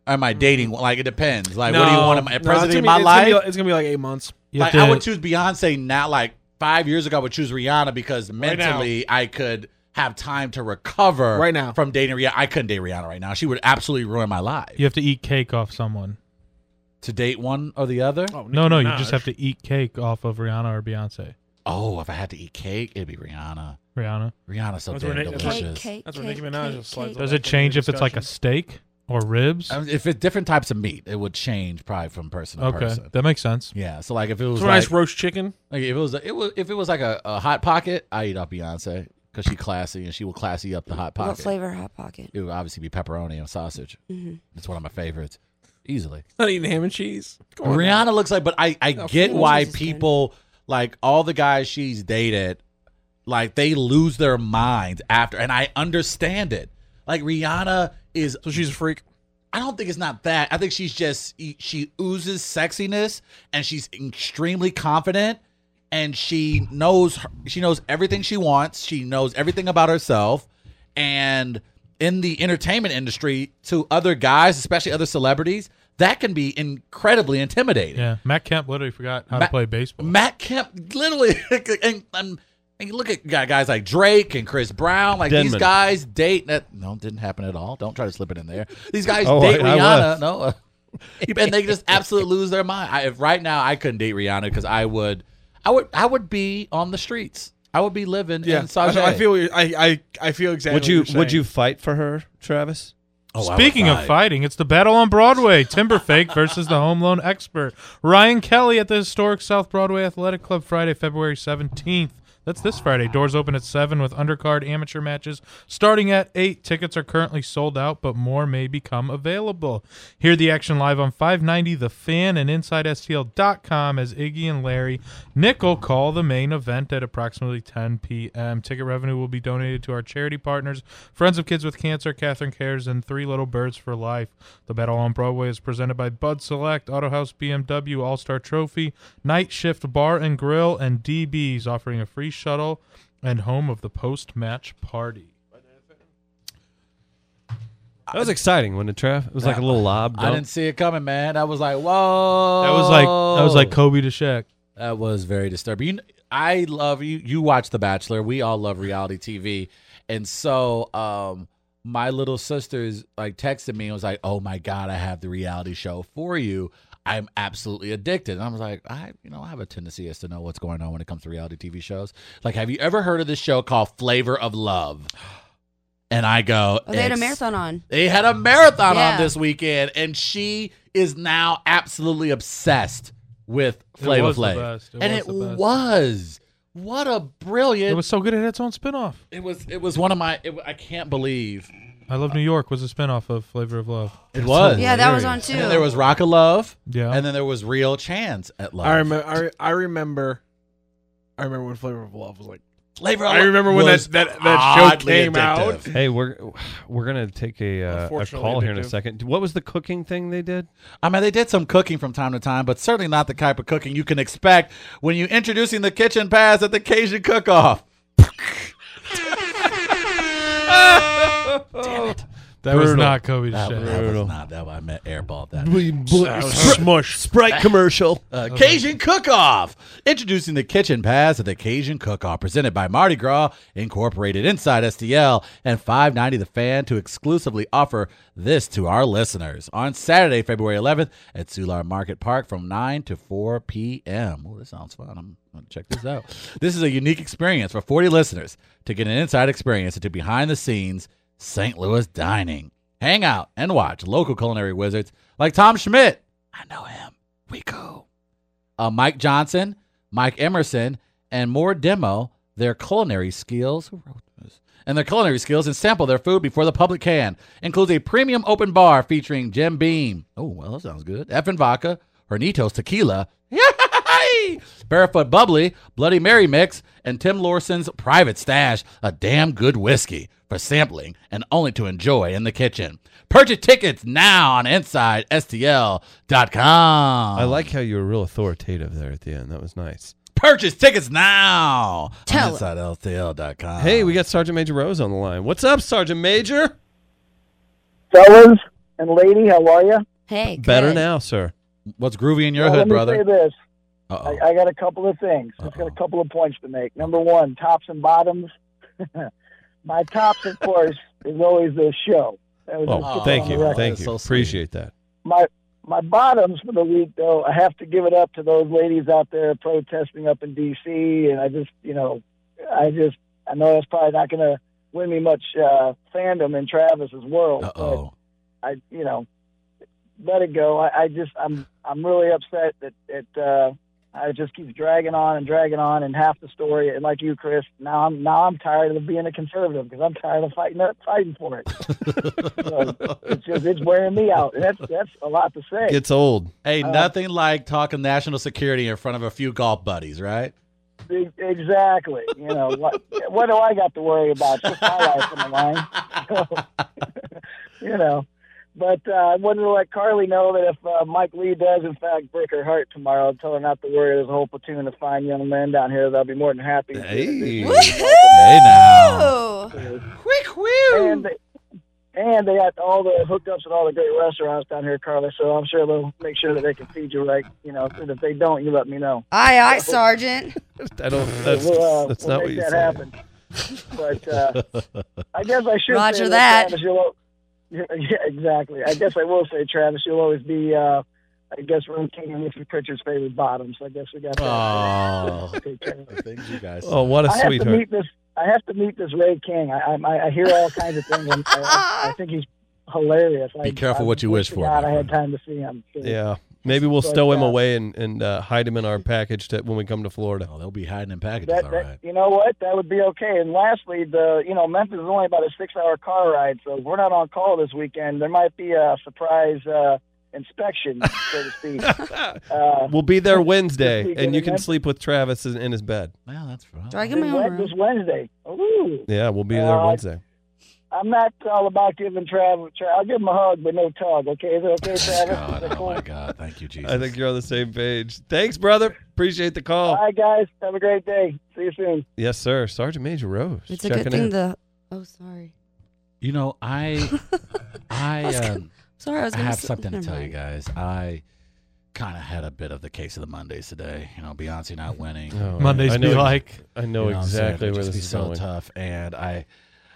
S2: Am I dating one? Like it depends. Like what do you want? Am I
S6: Mm-hmm. no, it's
S2: president
S6: gonna
S2: of my
S6: be- it's
S2: life?
S6: Gonna be, like- it's gonna be like eight months.
S4: You
S2: like
S4: have
S2: I
S4: to-
S2: would choose Beyonce now. Like five years ago, I would choose Rihanna because
S6: Right now.
S2: mentally I could have time to recover
S6: Right now.
S2: from dating Rihanna. I couldn't date Rihanna right now. She would absolutely ruin my life.
S4: You have to eat cake off someone.
S2: To date one or the other.
S6: Oh,
S4: No,
S6: Nicki
S4: no, you
S6: Minaj.
S4: just have to eat cake off of Rihanna or Beyonce.
S2: Oh, if I had to eat cake, it'd be Rihanna.
S4: Rihanna.
S2: Rihanna's so
S6: That's
S2: damn
S6: what Nick- that's what-
S5: Cake,
S2: delicious.
S5: cake,
S6: That's what
S5: cake,
S6: Nicki Minaj
S5: cake,
S6: just slides
S5: cake.
S6: up.
S4: Does
S6: Back
S4: it
S6: into
S4: change
S6: the
S4: if it's like a
S6: discussion.
S4: steak or ribs?
S2: Um, if it's different types of meat, it would change probably from person to
S4: okay,
S2: person.
S4: that makes sense.
S2: Yeah. So like if it was
S6: It's a nice
S2: like,
S6: roast chicken.
S2: like, if it was it was if it was like a, a hot pocket, I eat up Beyonce because she classy and she will classy up the hot
S5: What
S2: pocket.
S5: flavor hot pocket?
S2: It would obviously be pepperoni and sausage.
S5: Mm-hmm.
S2: It's one of my favorites, easily.
S6: Not eating ham and cheese. Come on,
S2: Rihanna looks like, but I I get
S5: Flaming
S2: why
S5: Jesus is good.
S2: people like all the guys she's dated, like they lose their minds after, and I understand it. Like Rihanna is
S6: So she's a freak.
S2: I don't think it's not that. I think she's just e, she oozes sexiness and she's extremely confident and she knows her, she knows everything she wants. She knows everything about herself and in the entertainment industry to other guys, especially other celebrities, that can be incredibly intimidating.
S4: Yeah, Matt Kemp literally forgot how
S2: Ma-
S4: to play baseball.
S2: Matt Kemp literally and, and, and you look at guy- guys like Drake and Chris Brown, like these
S3: Denman.
S2: guys date that no, it didn't happen at all. Don't try to slip it in there. These guys
S3: Oh,
S2: date
S3: I- I
S2: Rihanna.
S3: left.
S2: no. uh, and they just absolutely lose their mind. I, if right now I couldn't date Rihanna because I would, I would, I would be on the streets. I would be living in
S6: I,
S2: Sajay.
S6: I feel. what you're- I, I I feel exactly.
S3: Would you
S6: what you're
S3: would
S6: saying.
S3: you fight for her, Travis?
S2: Oh, I would
S4: Speaking of
S2: fight.
S4: fighting, it's the battle on Broadway. Timberfake versus the home loan expert. Ryan Kelly at the historic South Broadway Athletic Club Friday, February 17th. That's this Friday. Doors open at 7 with undercard amateur matches starting at 8. Tickets are currently sold out, but more may become available. Hear the action live on 590 The Fan and InsideSTL.com as Iggy and Larry Nickel call the main event at approximately 10 p.m. Ticket revenue will be donated to our charity partners, Friends of Kids with Cancer, Catherine Cares, and Three Little Birds for Life. The Battle on Broadway is presented by Bud Select, Auto House BMW, All Star Trophy, Night Shift Bar and Grill, and DB's, offering a free shuttle and home of the post match party.
S3: That was exciting when the Trav. It was like a little lob.
S2: I didn't see it coming, man. I was like, whoa.
S4: That was like that was like Kobe to Shaq.
S2: That was very disturbing. You, kn- I love you. You watch The Bachelor. We all love reality TV, and so um, my little sisters like texted me and was like, "Oh my god, I have the reality show for you. I'm absolutely addicted." And I was like, "I, you know, I have a tendency as to know what's going on when it comes to reality TV shows. Like, have you ever heard of this show called Flavor of Love?" And I go,
S5: Oh, they had a
S2: "It's-
S5: marathon on.
S2: they had a marathon
S5: Yeah.
S2: on this weekend, and she is now absolutely obsessed with Flavor
S4: was the
S2: Flav.
S4: best. It
S2: and
S4: was
S2: it
S4: the best.
S2: was what a brilliant.
S4: It was so good it had its own spinoff.
S2: It was. It was one of my. It, I can't believe
S4: I Love New York was a spinoff of Flavor of Love.
S2: it was.
S5: Yeah, that was on
S2: And then
S5: too.
S2: there was Rock of Love.
S4: Yeah.
S2: And then there was Real Chance at Love.
S6: I remember. I, re- I remember. I remember when Flavor of Love was like.
S2: Flavor. of
S6: I
S2: Love
S6: remember when
S2: was
S6: that that, that show
S2: oddly
S6: came
S2: addictive.
S3: Hey, we're we're gonna take a uh, a
S6: Unfortunately,
S3: call here in a
S6: addictive.
S3: second. What was the cooking thing they did?
S2: I mean, they did some cooking from time to time, but certainly not the type of cooking you can expect when you're introducing the kitchen pass at the Cajun cook off.
S4: That was not Kobe to
S2: That,
S4: Shaq.
S2: that
S3: Brutal.
S2: was not that. I meant airball that.
S6: out. Smush.
S3: Sprite commercial.
S2: Uh, Cajun Cook Off. Introducing the kitchen pass of the Cajun Cook Off, presented by Mardi Gras Incorporated inside STL and 590 The Fan to exclusively offer this to our listeners on Saturday, February 11th at Sular Market Park from 9 to 4 p.m. Oh, this sounds fun. I'm going to check this out. this is a unique experience for 40 listeners to get an inside experience into behind the scenes St. Louis dining. Hang out and watch local culinary wizards like Tom Schmidt. I know him. We cool uh, Mike Johnson, Mike Emerson, and more demo their culinary skills. Who wrote this? And their culinary skills and sample their food before the public can. Includes a premium open bar featuring Jim Beam. Oh, well, that sounds good. F and vodka, Hernitos tequila, Wee! Barefoot Bubbly, Bloody Mary Mix, and Tim Lorson's Private Stash, a damn good whiskey for sampling and only to enjoy in the kitchen. Purchase tickets now on InsideSTL.com.
S3: I like how you were real authoritative there at the end. That was nice.
S2: Purchase tickets now
S5: Tell
S2: on InsideSTL.com.
S3: Uh, Hey, we got Sergeant Major Rose on the line. What's up, Sergeant Major?
S7: Fellas and lady, how are you?
S5: Hey,
S3: Better
S5: good.
S3: now, sir.
S2: What's groovy in your
S7: well,
S2: hood,
S7: let me say
S2: brother?
S7: this.
S2: Uh-oh.
S7: I, I got a couple of things. I've got a couple of points to make. Number one, tops and bottoms. My tops, of course, is always the show. That was just
S3: Oh,
S2: Oh,
S3: thank
S7: on
S3: you.
S7: the record.
S3: Thank
S2: that's
S3: you.
S2: so sweet.
S3: Appreciate that.
S7: My my bottoms for the week, though, I have to give it up to those ladies out there protesting up in D.C. And I just, you know, I just, I know that's probably not going to win me much uh, fandom in Travis's world.
S2: Uh
S7: but
S2: oh.
S7: I you know let it go. I, I just I'm I'm really upset that it uh, I just keeps dragging on and dragging on and half the story. And like you, Chris, now I'm now I'm tired of being a conservative because I'm tired of fighting up fighting for it. so it's just it's wearing me out. And that's that's a lot to say.
S3: It's old.
S2: Hey,
S7: Uh,
S2: nothing like talking national security in front of a few golf buddies, right?
S7: E- exactly. You know what? What do I got to worry about? Just my life on the line. So, you know. But uh, I wanted to let Carly know that if uh, Mike Lee does, in fact, break her heart tomorrow, tell her not to worry. There's a whole platoon of fine young men down here that'll be more than happy. to
S3: Hey.
S2: Hey now.
S5: Oh,
S7: And they, and they got all the hookups at all the great restaurants down here, Carly. So I'm sure they'll make sure that they can feed you right. You know, and if they don't, you let me know.
S5: aye, aye, Sergeant.
S3: I don't. That's,
S7: we'll, uh,
S3: that's
S7: we'll
S3: not
S7: make
S3: what you
S7: that
S3: said.
S7: happen. But uh, I guess I should
S5: Roger
S7: say
S5: that.
S7: Travis, you'll, al- yeah, yeah, exactly. I guess I will say, Travis, you'll always be, uh, I guess, room king in Richard Pritchard's favorite bottom. So I guess we got that.
S2: Oh,
S7: Take care.
S2: things you guys.
S3: Oh, what a
S7: I have to
S3: sweetheart.
S7: meet this. I have to meet this Ray King. I I, I hear all kinds of things. and I, I think he's hilarious.
S2: Be
S7: I,
S2: careful
S7: I
S2: what you wish
S7: to
S2: for,
S7: God,
S2: my
S7: I had
S2: friend.
S7: time to see him. So-
S3: Yeah. Maybe we'll
S7: But,
S3: stow him
S7: uh,
S3: away and, and uh, hide him in our package to, when we come to Florida.
S2: Oh, they'll be hiding in packages,
S7: That,
S2: all
S7: that-
S2: right.
S7: you know what? That would be okay. And lastly, the you know Memphis is only about a six-hour car ride, so if we're not on call this weekend. There might be a surprise uh, inspection, so to speak. Uh,
S3: We'll be there Wednesday,
S7: Speaking
S3: and you
S7: of
S3: can
S7: that-
S3: sleep with Travis in, in his bed.
S2: Well, that's right.
S5: Do I get
S7: this
S5: my own
S7: Wed- this
S5: room?
S7: Wednesday. Ooh,
S3: Yeah, we'll be there
S7: Uh,
S3: Wednesday.
S7: I'm not all about giving Travis. Tra- I'll give him a hug, but no tug. Okay, is it okay, Travis? Is
S2: God,
S7: it
S2: oh
S7: cool?
S2: my God! Thank you, Jesus.
S3: I think you're on the same page. Thanks, brother. Appreciate the call.
S7: All right, guys. Have a great day. See you soon.
S3: Yes, sir. Sergeant Major Rose.
S5: It's a
S3: checking
S5: good thing
S3: in.
S5: the. Oh, sorry.
S2: you know, I, I,
S5: I was gonna-
S2: um,
S5: Sorry, I was
S2: I
S5: gonna
S2: have
S5: say-
S2: something to
S5: never
S2: tell you
S5: mind.
S2: guys. I kind of had a bit of the case of the Mondays today. You know, Beyonce not winning.
S3: Oh,
S4: Mondays
S3: I
S4: be
S3: know-
S4: like.
S3: I know
S2: You what I'm saying?
S3: exactly
S2: It'd
S3: where
S2: just
S3: this
S2: be
S3: is
S2: so
S3: going.
S2: tough. And I,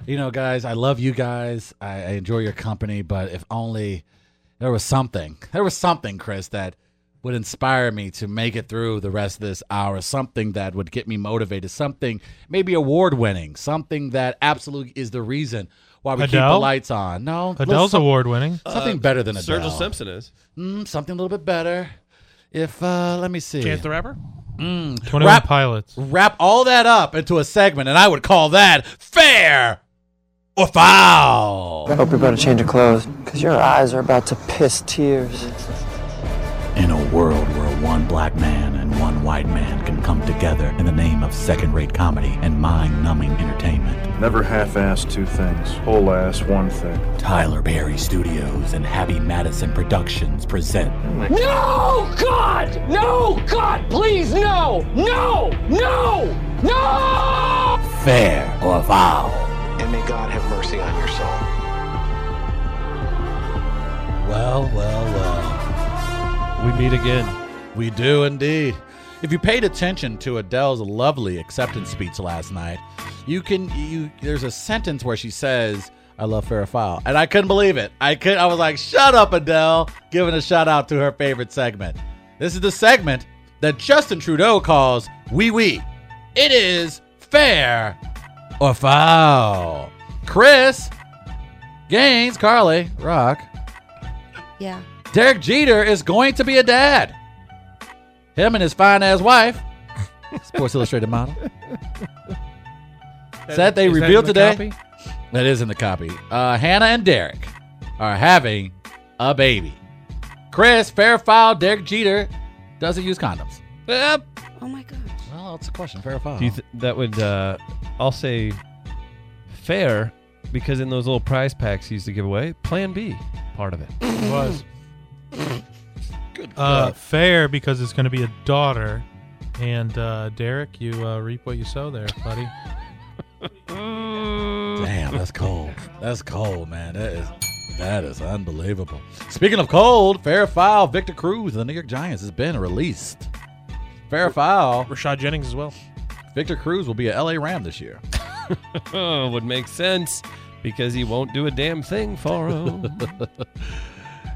S2: you know, guys, I love you guys. I, I enjoy your company, but if only there was something, there was something, Chris, that would inspire me to make it through the rest of this hour. Something that would get me motivated. Something maybe award winning. Something that absolutely is the reason why we keep the
S4: Adele?
S2: lights Uh, on. No,
S4: Adele's
S2: listen,
S4: award winning.
S2: something better than Adele.
S3: uh, Sergio Simpson is.
S2: Mm, something a little bit better. If uh, let me see,
S6: Chance the Rapper?
S4: Twenty One
S2: Rap-
S4: Pilots.
S2: wrap all that up into a segment, and I would call that fair or foul.
S8: I hope you're about to change your clothes, because your eyes are about to piss tears.
S2: In a world where one black man and one white man can come together in the name of second rate comedy and mind numbing entertainment,
S9: Never half ass two things, whole ass one thing.
S2: Tyler Perry Studios and Happy Madison Productions present
S9: Oh
S10: No, God! No, God, please, no! No! No! No!
S2: Fair or Foul.
S11: and may God have mercy on your soul.
S2: Well, well, well.
S3: We meet again.
S2: We do indeed. If you paid attention to Adele's lovely acceptance speech last night, you can you there's a sentence where she says, "I love Farrah Fowle," and I couldn't believe it. I could I was like, "Shut up, Adele!" Giving a shout out to her favorite segment. This is the segment that Justin Trudeau calls "Wee Wee." It is fair or foul. Chris, Gaines, Carly, Rock.
S5: Yeah.
S2: Derek Jeter is going to be a dad. Him and his fine ass wife, Sports Illustrated model, said they
S4: Is that
S2: revealed
S4: in the
S2: today.
S4: copy?
S2: That is in the copy. Uh, Hannah and Derek are having a baby. Chris Fairfowl, Derek Jeter doesn't use condoms.
S3: Yep.
S5: Oh my god.
S12: Well, that's a question. Fair or foul?
S3: Do you th- that would uh, I'll say fair because in those little prize packs he used to give away, Plan B part of it
S4: was. Uh, fair because it's going to be a daughter, and uh, Derek, you uh, reap what you sow, there, buddy.
S2: Damn, that's cold. That's cold, man. That is that is unbelievable. Speaking of cold, fair or foul, Victor Cruz of the New York Giants has been released. Fair or foul.
S6: Rashad Jennings as well.
S2: Victor Cruz will be a LA Ram this year.
S3: Oh, would make sense because he won't do a damn thing for him.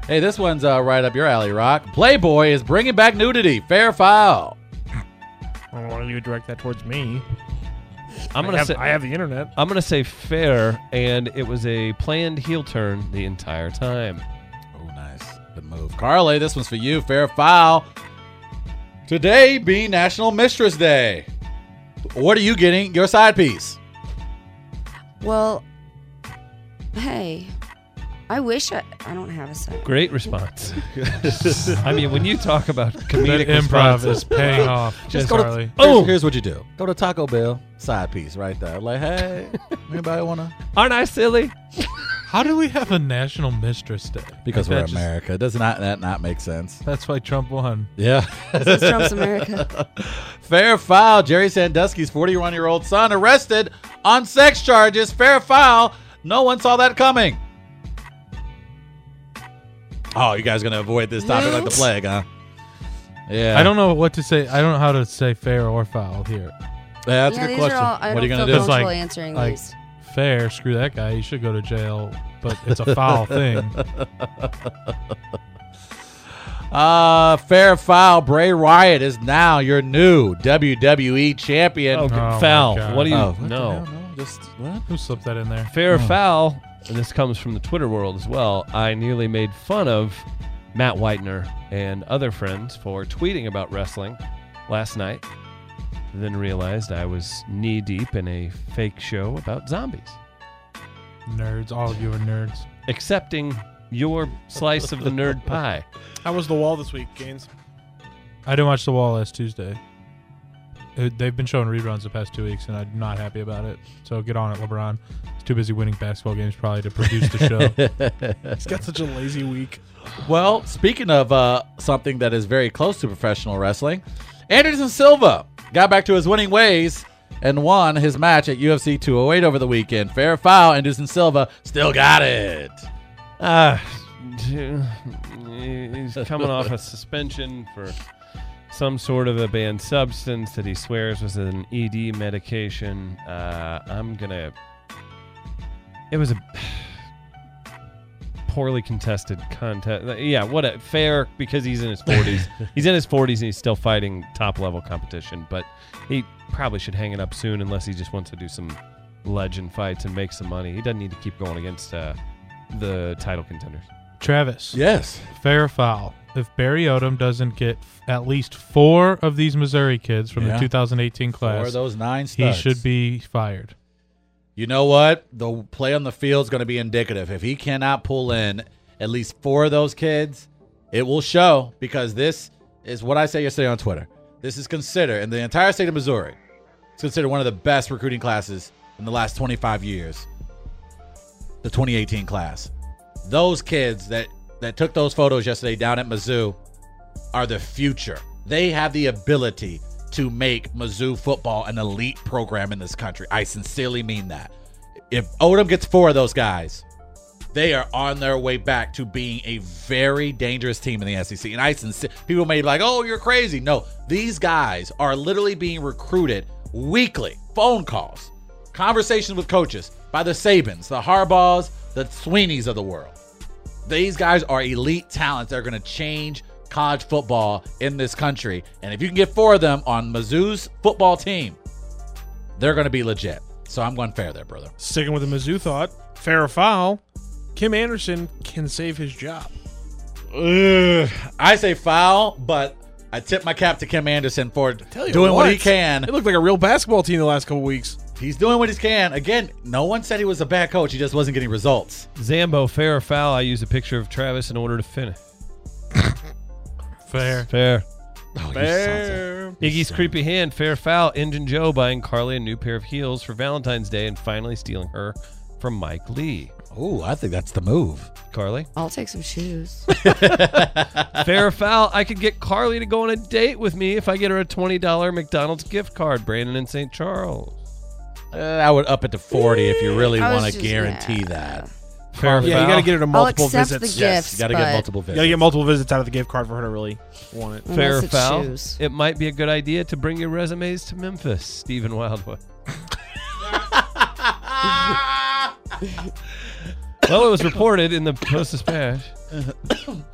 S2: hey, this one's uh, right up your alley, Rock. Playboy is bringing back nudity. Fair or foul.
S6: I don't want you to direct that towards me.
S3: I'm
S6: I
S3: gonna
S6: have-
S3: say
S6: I have the internet.
S3: I'm gonna say fair, and it was a planned heel turn the entire time.
S2: Oh, nice. Good move. Carly, this one's for you. Fair or foul. Today be National Mistress Day. What are you getting? Your side piece.
S5: Well, hey, I wish I, I don't have a son.
S3: Great response. I mean, when you talk about comedic
S4: That improv
S3: responses-
S4: is paying off.
S2: Just
S4: Just
S2: go to-
S4: Harley.
S2: here's, here's what you do. Go to Taco Bell, side piece right there. Like, hey, anybody wanna?
S3: Aren't I silly?
S4: How do we have a National Mistress Day?
S2: Because
S4: Like,
S2: we're
S4: that just-
S2: America. Does not that not make sense?
S4: that's why Trump won.
S2: Yeah.
S4: This is Trump's America.
S2: Fair or foul. Jerry Sandusky's 41 year old son arrested on sex charges. Fair or foul. No one saw that coming. Oh, you guys gonna avoid this topic like the
S4: What?
S2: plague, huh? Yeah.
S4: I don't know what to say. I don't know how to say fair or foul here.
S2: Yeah,
S5: that's a Yeah, good these are question. all- I What are you don't gonna feel do?
S4: Because,
S5: comfortable answering these.
S4: Fair, screw that guy. He should go to jail. But it's a foul thing.
S2: Uh, fair or foul. Bray Wyatt is now your new WWE champion.
S3: Oh, good. Oh, Foul. my God. What do you-
S2: Oh, what the
S3: no.
S2: hell? Just what?
S4: Who slipped that in there?
S3: Fair or
S4: Oh.
S3: foul, and this comes from the Twitter world as well. I nearly made fun of Matt Whitener and other friends for tweeting about wrestling last night. Then realized I was knee deep in a fake show about zombies.
S4: Nerds, all of you are nerds.
S3: Accepting your slice of the nerd pie.
S6: How was the wall this week, Gaines?
S4: I didn't watch The Wall last Tuesday. It- they've been showing reruns the past two weeks, and I'm not happy about it. So get on it, LeBron. He's too busy winning basketball games probably to produce the show.
S6: He's got such a lazy week.
S2: Well, speaking of uh, something that is very close to professional wrestling, Anderson Silva got back to his winning ways and won his match at UFC 208 over the weekend. Fair or foul, Anderson Silva still got it.
S3: Ah, d- he's coming off a suspension for some sort of a banned substance that he swears was an ED medication. Uh, I'm gonna. It was a poorly contested contest. Uh, Yeah, what a fair because he's in his 40s. he's in his 40s and he's still fighting top level competition, but he probably should hang it up soon unless he just wants to do some legend fights and make some money. He doesn't need to keep going against uh, the title contenders.
S4: Travis.
S2: Yes.
S4: Fair or foul. If Barry Odom doesn't get f- at least four of these Missouri kids from
S2: Yeah.
S4: the 2018 class,
S2: Four of those nine
S4: he
S2: studs.
S4: should be fired.
S2: You know what? The play on the field is going to be indicative. If he cannot pull in at least four of those kids, it will show because this is what I said yesterday on Twitter. This is considered, in the entire state of Missouri, it's considered one of the best recruiting classes in the last 25 years. The 2018 class. Those kids that, that took those photos yesterday down at Mizzou are the future. They have the ability to make Mizzou football an elite program in this country. I sincerely mean that. If Odom gets four of those guys, they are on their way back to being a very dangerous team in the SEC. And I sincere, people may be like, "Oh, you're crazy." No, these guys are literally being recruited weekly. Phone calls, conversations with coaches by the Sabins, the Harbaughs, the Sweeneys of the world. These guys are elite talents that are going to change college football in this country. And if you can get four of them on Mizzou's football team, they're going to be legit. So I'm going fair there, brother.
S6: Sticking with the Mizzou thought, fair or foul, Kim Anderson can save his job.
S2: Ugh. I say foul, but I tip my cap to Kim Anderson for
S6: you
S2: doing what? he can.
S6: It looked like a real basketball team the last couple weeks.
S2: He's doing what he can. Again, no one said he was a bad coach. He just wasn't getting results.
S3: Zambo, fair or foul? I use a picture of Travis in order to finish.
S4: fair.
S3: Fair.
S2: Oh,
S6: Fair.
S3: Iggy's creepy hand, fair foul. Injun Joe buying Carly a new pair of heels for Valentine's Day and finally stealing her from Mike Lee.
S2: Oh, I think that's the move.
S3: Carly?
S5: I'll take some shoes.
S3: Fair or foul, I could get Carly to go on a date with me if I get her a $20 McDonald's gift card, Brandon in St. Charles.
S2: Uh, I would up it to 40 if you really
S5: I was
S2: want to
S5: just-
S2: guarantee that.
S3: Fair or
S6: Yeah, you
S3: foul?
S6: gotta get her to
S5: I'll
S6: multiple
S5: accept the
S6: visits.
S5: Yes, you
S2: you got to
S5: but-
S2: get multiple
S6: You
S2: visits.
S6: gotta get multiple visits out of the gift card for her to really want it.
S3: Fair or
S5: Unless it's
S3: foul,
S5: shoes.
S3: it might be a good idea to bring your resumes to Memphis, Stephen Wildwood. well, it was reported in the Post Dispatch.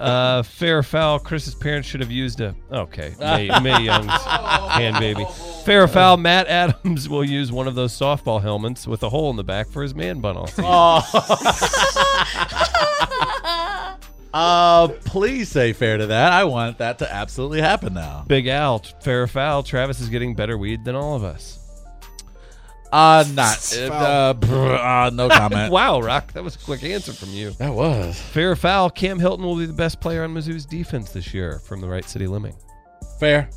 S3: Uh, fair or foul, Chris's parents should have used a. Okay, May, May Young's hand baby. Fair or foul, Matt Adams will use one of those softball helmets with a hole in the back for his man bun all season.
S2: Uh, please say fair to that. I want that to absolutely happen now.
S3: Big Al, fair or foul, Travis is getting better weed than all of us.
S2: Uh, not. Uh, brr, uh, no comment.
S3: Wow, Rock, that was a quick answer from you.
S2: that was
S3: Fair or foul, Cam Hilton will be the best player on Mizzou's defense this year from the right city lemming.
S2: fair.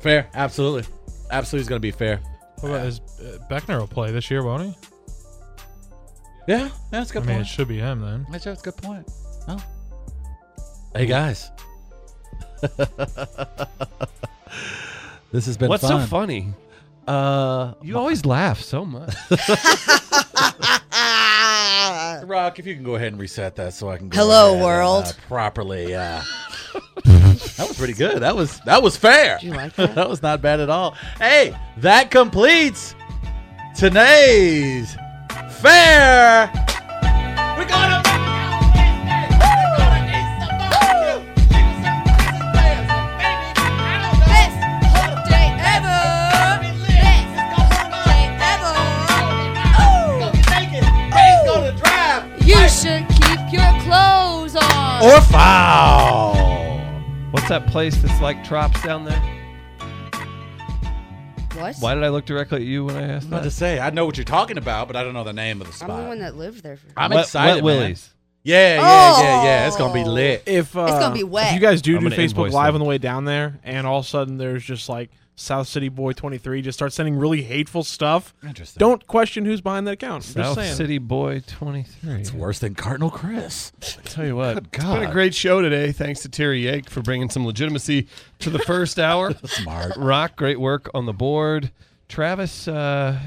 S2: Fair. Absolutely. Absolutely is going to be fair.
S4: What about is uh, Beckner will play this year, won't he?
S2: Yeah, that's a
S4: I
S2: good
S4: mean, it
S2: point.
S4: should be him then.
S2: That's a good point. Oh. Hey, guys. this has been
S3: What's
S2: fun.
S3: so funny?
S2: Uh,
S3: You always laugh so much.
S2: Rock, if you can go ahead and reset that so I can go
S5: Hello,
S2: ahead and, uh,
S5: world.
S2: properly. Uh, that was pretty good. That was that was fair.
S5: you like that?
S2: was not bad at all. Hey, that completes today's fair. We're gonna make out this day. We're gonna need somebody to give us some Christmas presents. Baby, I don't know.
S5: Best day ever. Best day ever. Ooh. You should keep your clothes on.
S2: Or foul.
S3: What's that place that's like Trops down there?
S5: what?
S3: Why did I look directly at you when I asked
S2: I'm about
S3: that?
S2: to say, I know what you're talking about, but I don't know the name of the
S5: I'm the
S2: spot.
S5: one that lived there. For
S2: I'm
S3: Wet-
S2: excited.
S3: Wet
S2: man.
S3: Willie's.
S2: Yeah, yeah, yeah, yeah. It's gonna be
S5: Oh.
S2: lit.
S6: If uh,
S5: gonna be wet.
S6: If you guys do
S3: I'm
S6: do
S3: gonna
S6: Facebook
S3: invoice
S6: Live
S3: them.
S6: on the way down there, and all of a sudden there's just like South City Boy 23 just starts sending really hateful stuff.
S2: Interesting.
S6: Don't question who's behind that account. I'm just
S3: South
S6: saying.
S3: City Boy 23.
S2: It's worse than Cardinal Chris.
S3: tell you what.
S2: Good
S3: It's been a
S2: God.
S3: great show today. Thanks to Terry Yake for bringing some legitimacy to the first hour.
S2: Smart.
S3: Rock, great work on the board. Travis, uh,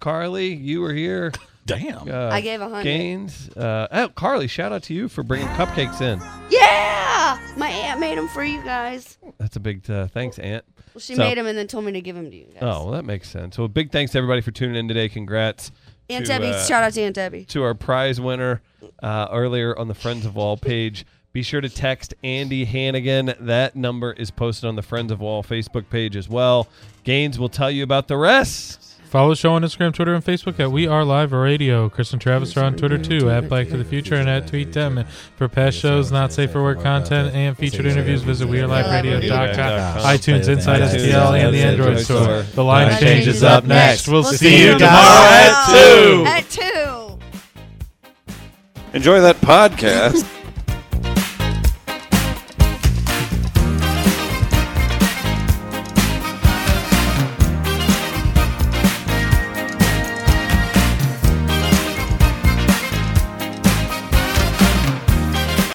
S3: Carly, you were here.
S2: Damn.
S3: Uh,
S5: I gave a hundred.
S3: Gaines. Uh, oh, Carly, shout out to you for bringing cupcakes in.
S5: Yeah, my aunt made them for you guys.
S3: That's a big uh, thanks, Aunt.
S5: Well, she
S3: So-
S5: made them and then told me to give them to you guys.
S3: Oh, well, that makes sense. Well, big thanks to everybody for tuning in today. Congrats.
S5: Aunt
S3: to,
S5: Debbie,
S3: uh,
S5: shout out to Aunt Debbie.
S3: to our prize winner uh, earlier on the Friends of Wall page. Be sure to text Andy Hannigan. That number is posted on the Friends of Wall Facebook page as well. Gaines will tell you about the rest.
S4: Follow the show on Instagram, Twitter, and Facebook at We Are Live Radio. Chris and Travis are on Twitter too, at Black to the Future and at Tweet Them. And for past shows, not safe for work content, and featured interviews, visit WeAreLiveRadio.com, iTunes, Inside STL, and the Android Store. The line change is up next. We'll see you tomorrow.
S2: tomorrow at
S5: At two.
S9: Enjoy that podcast.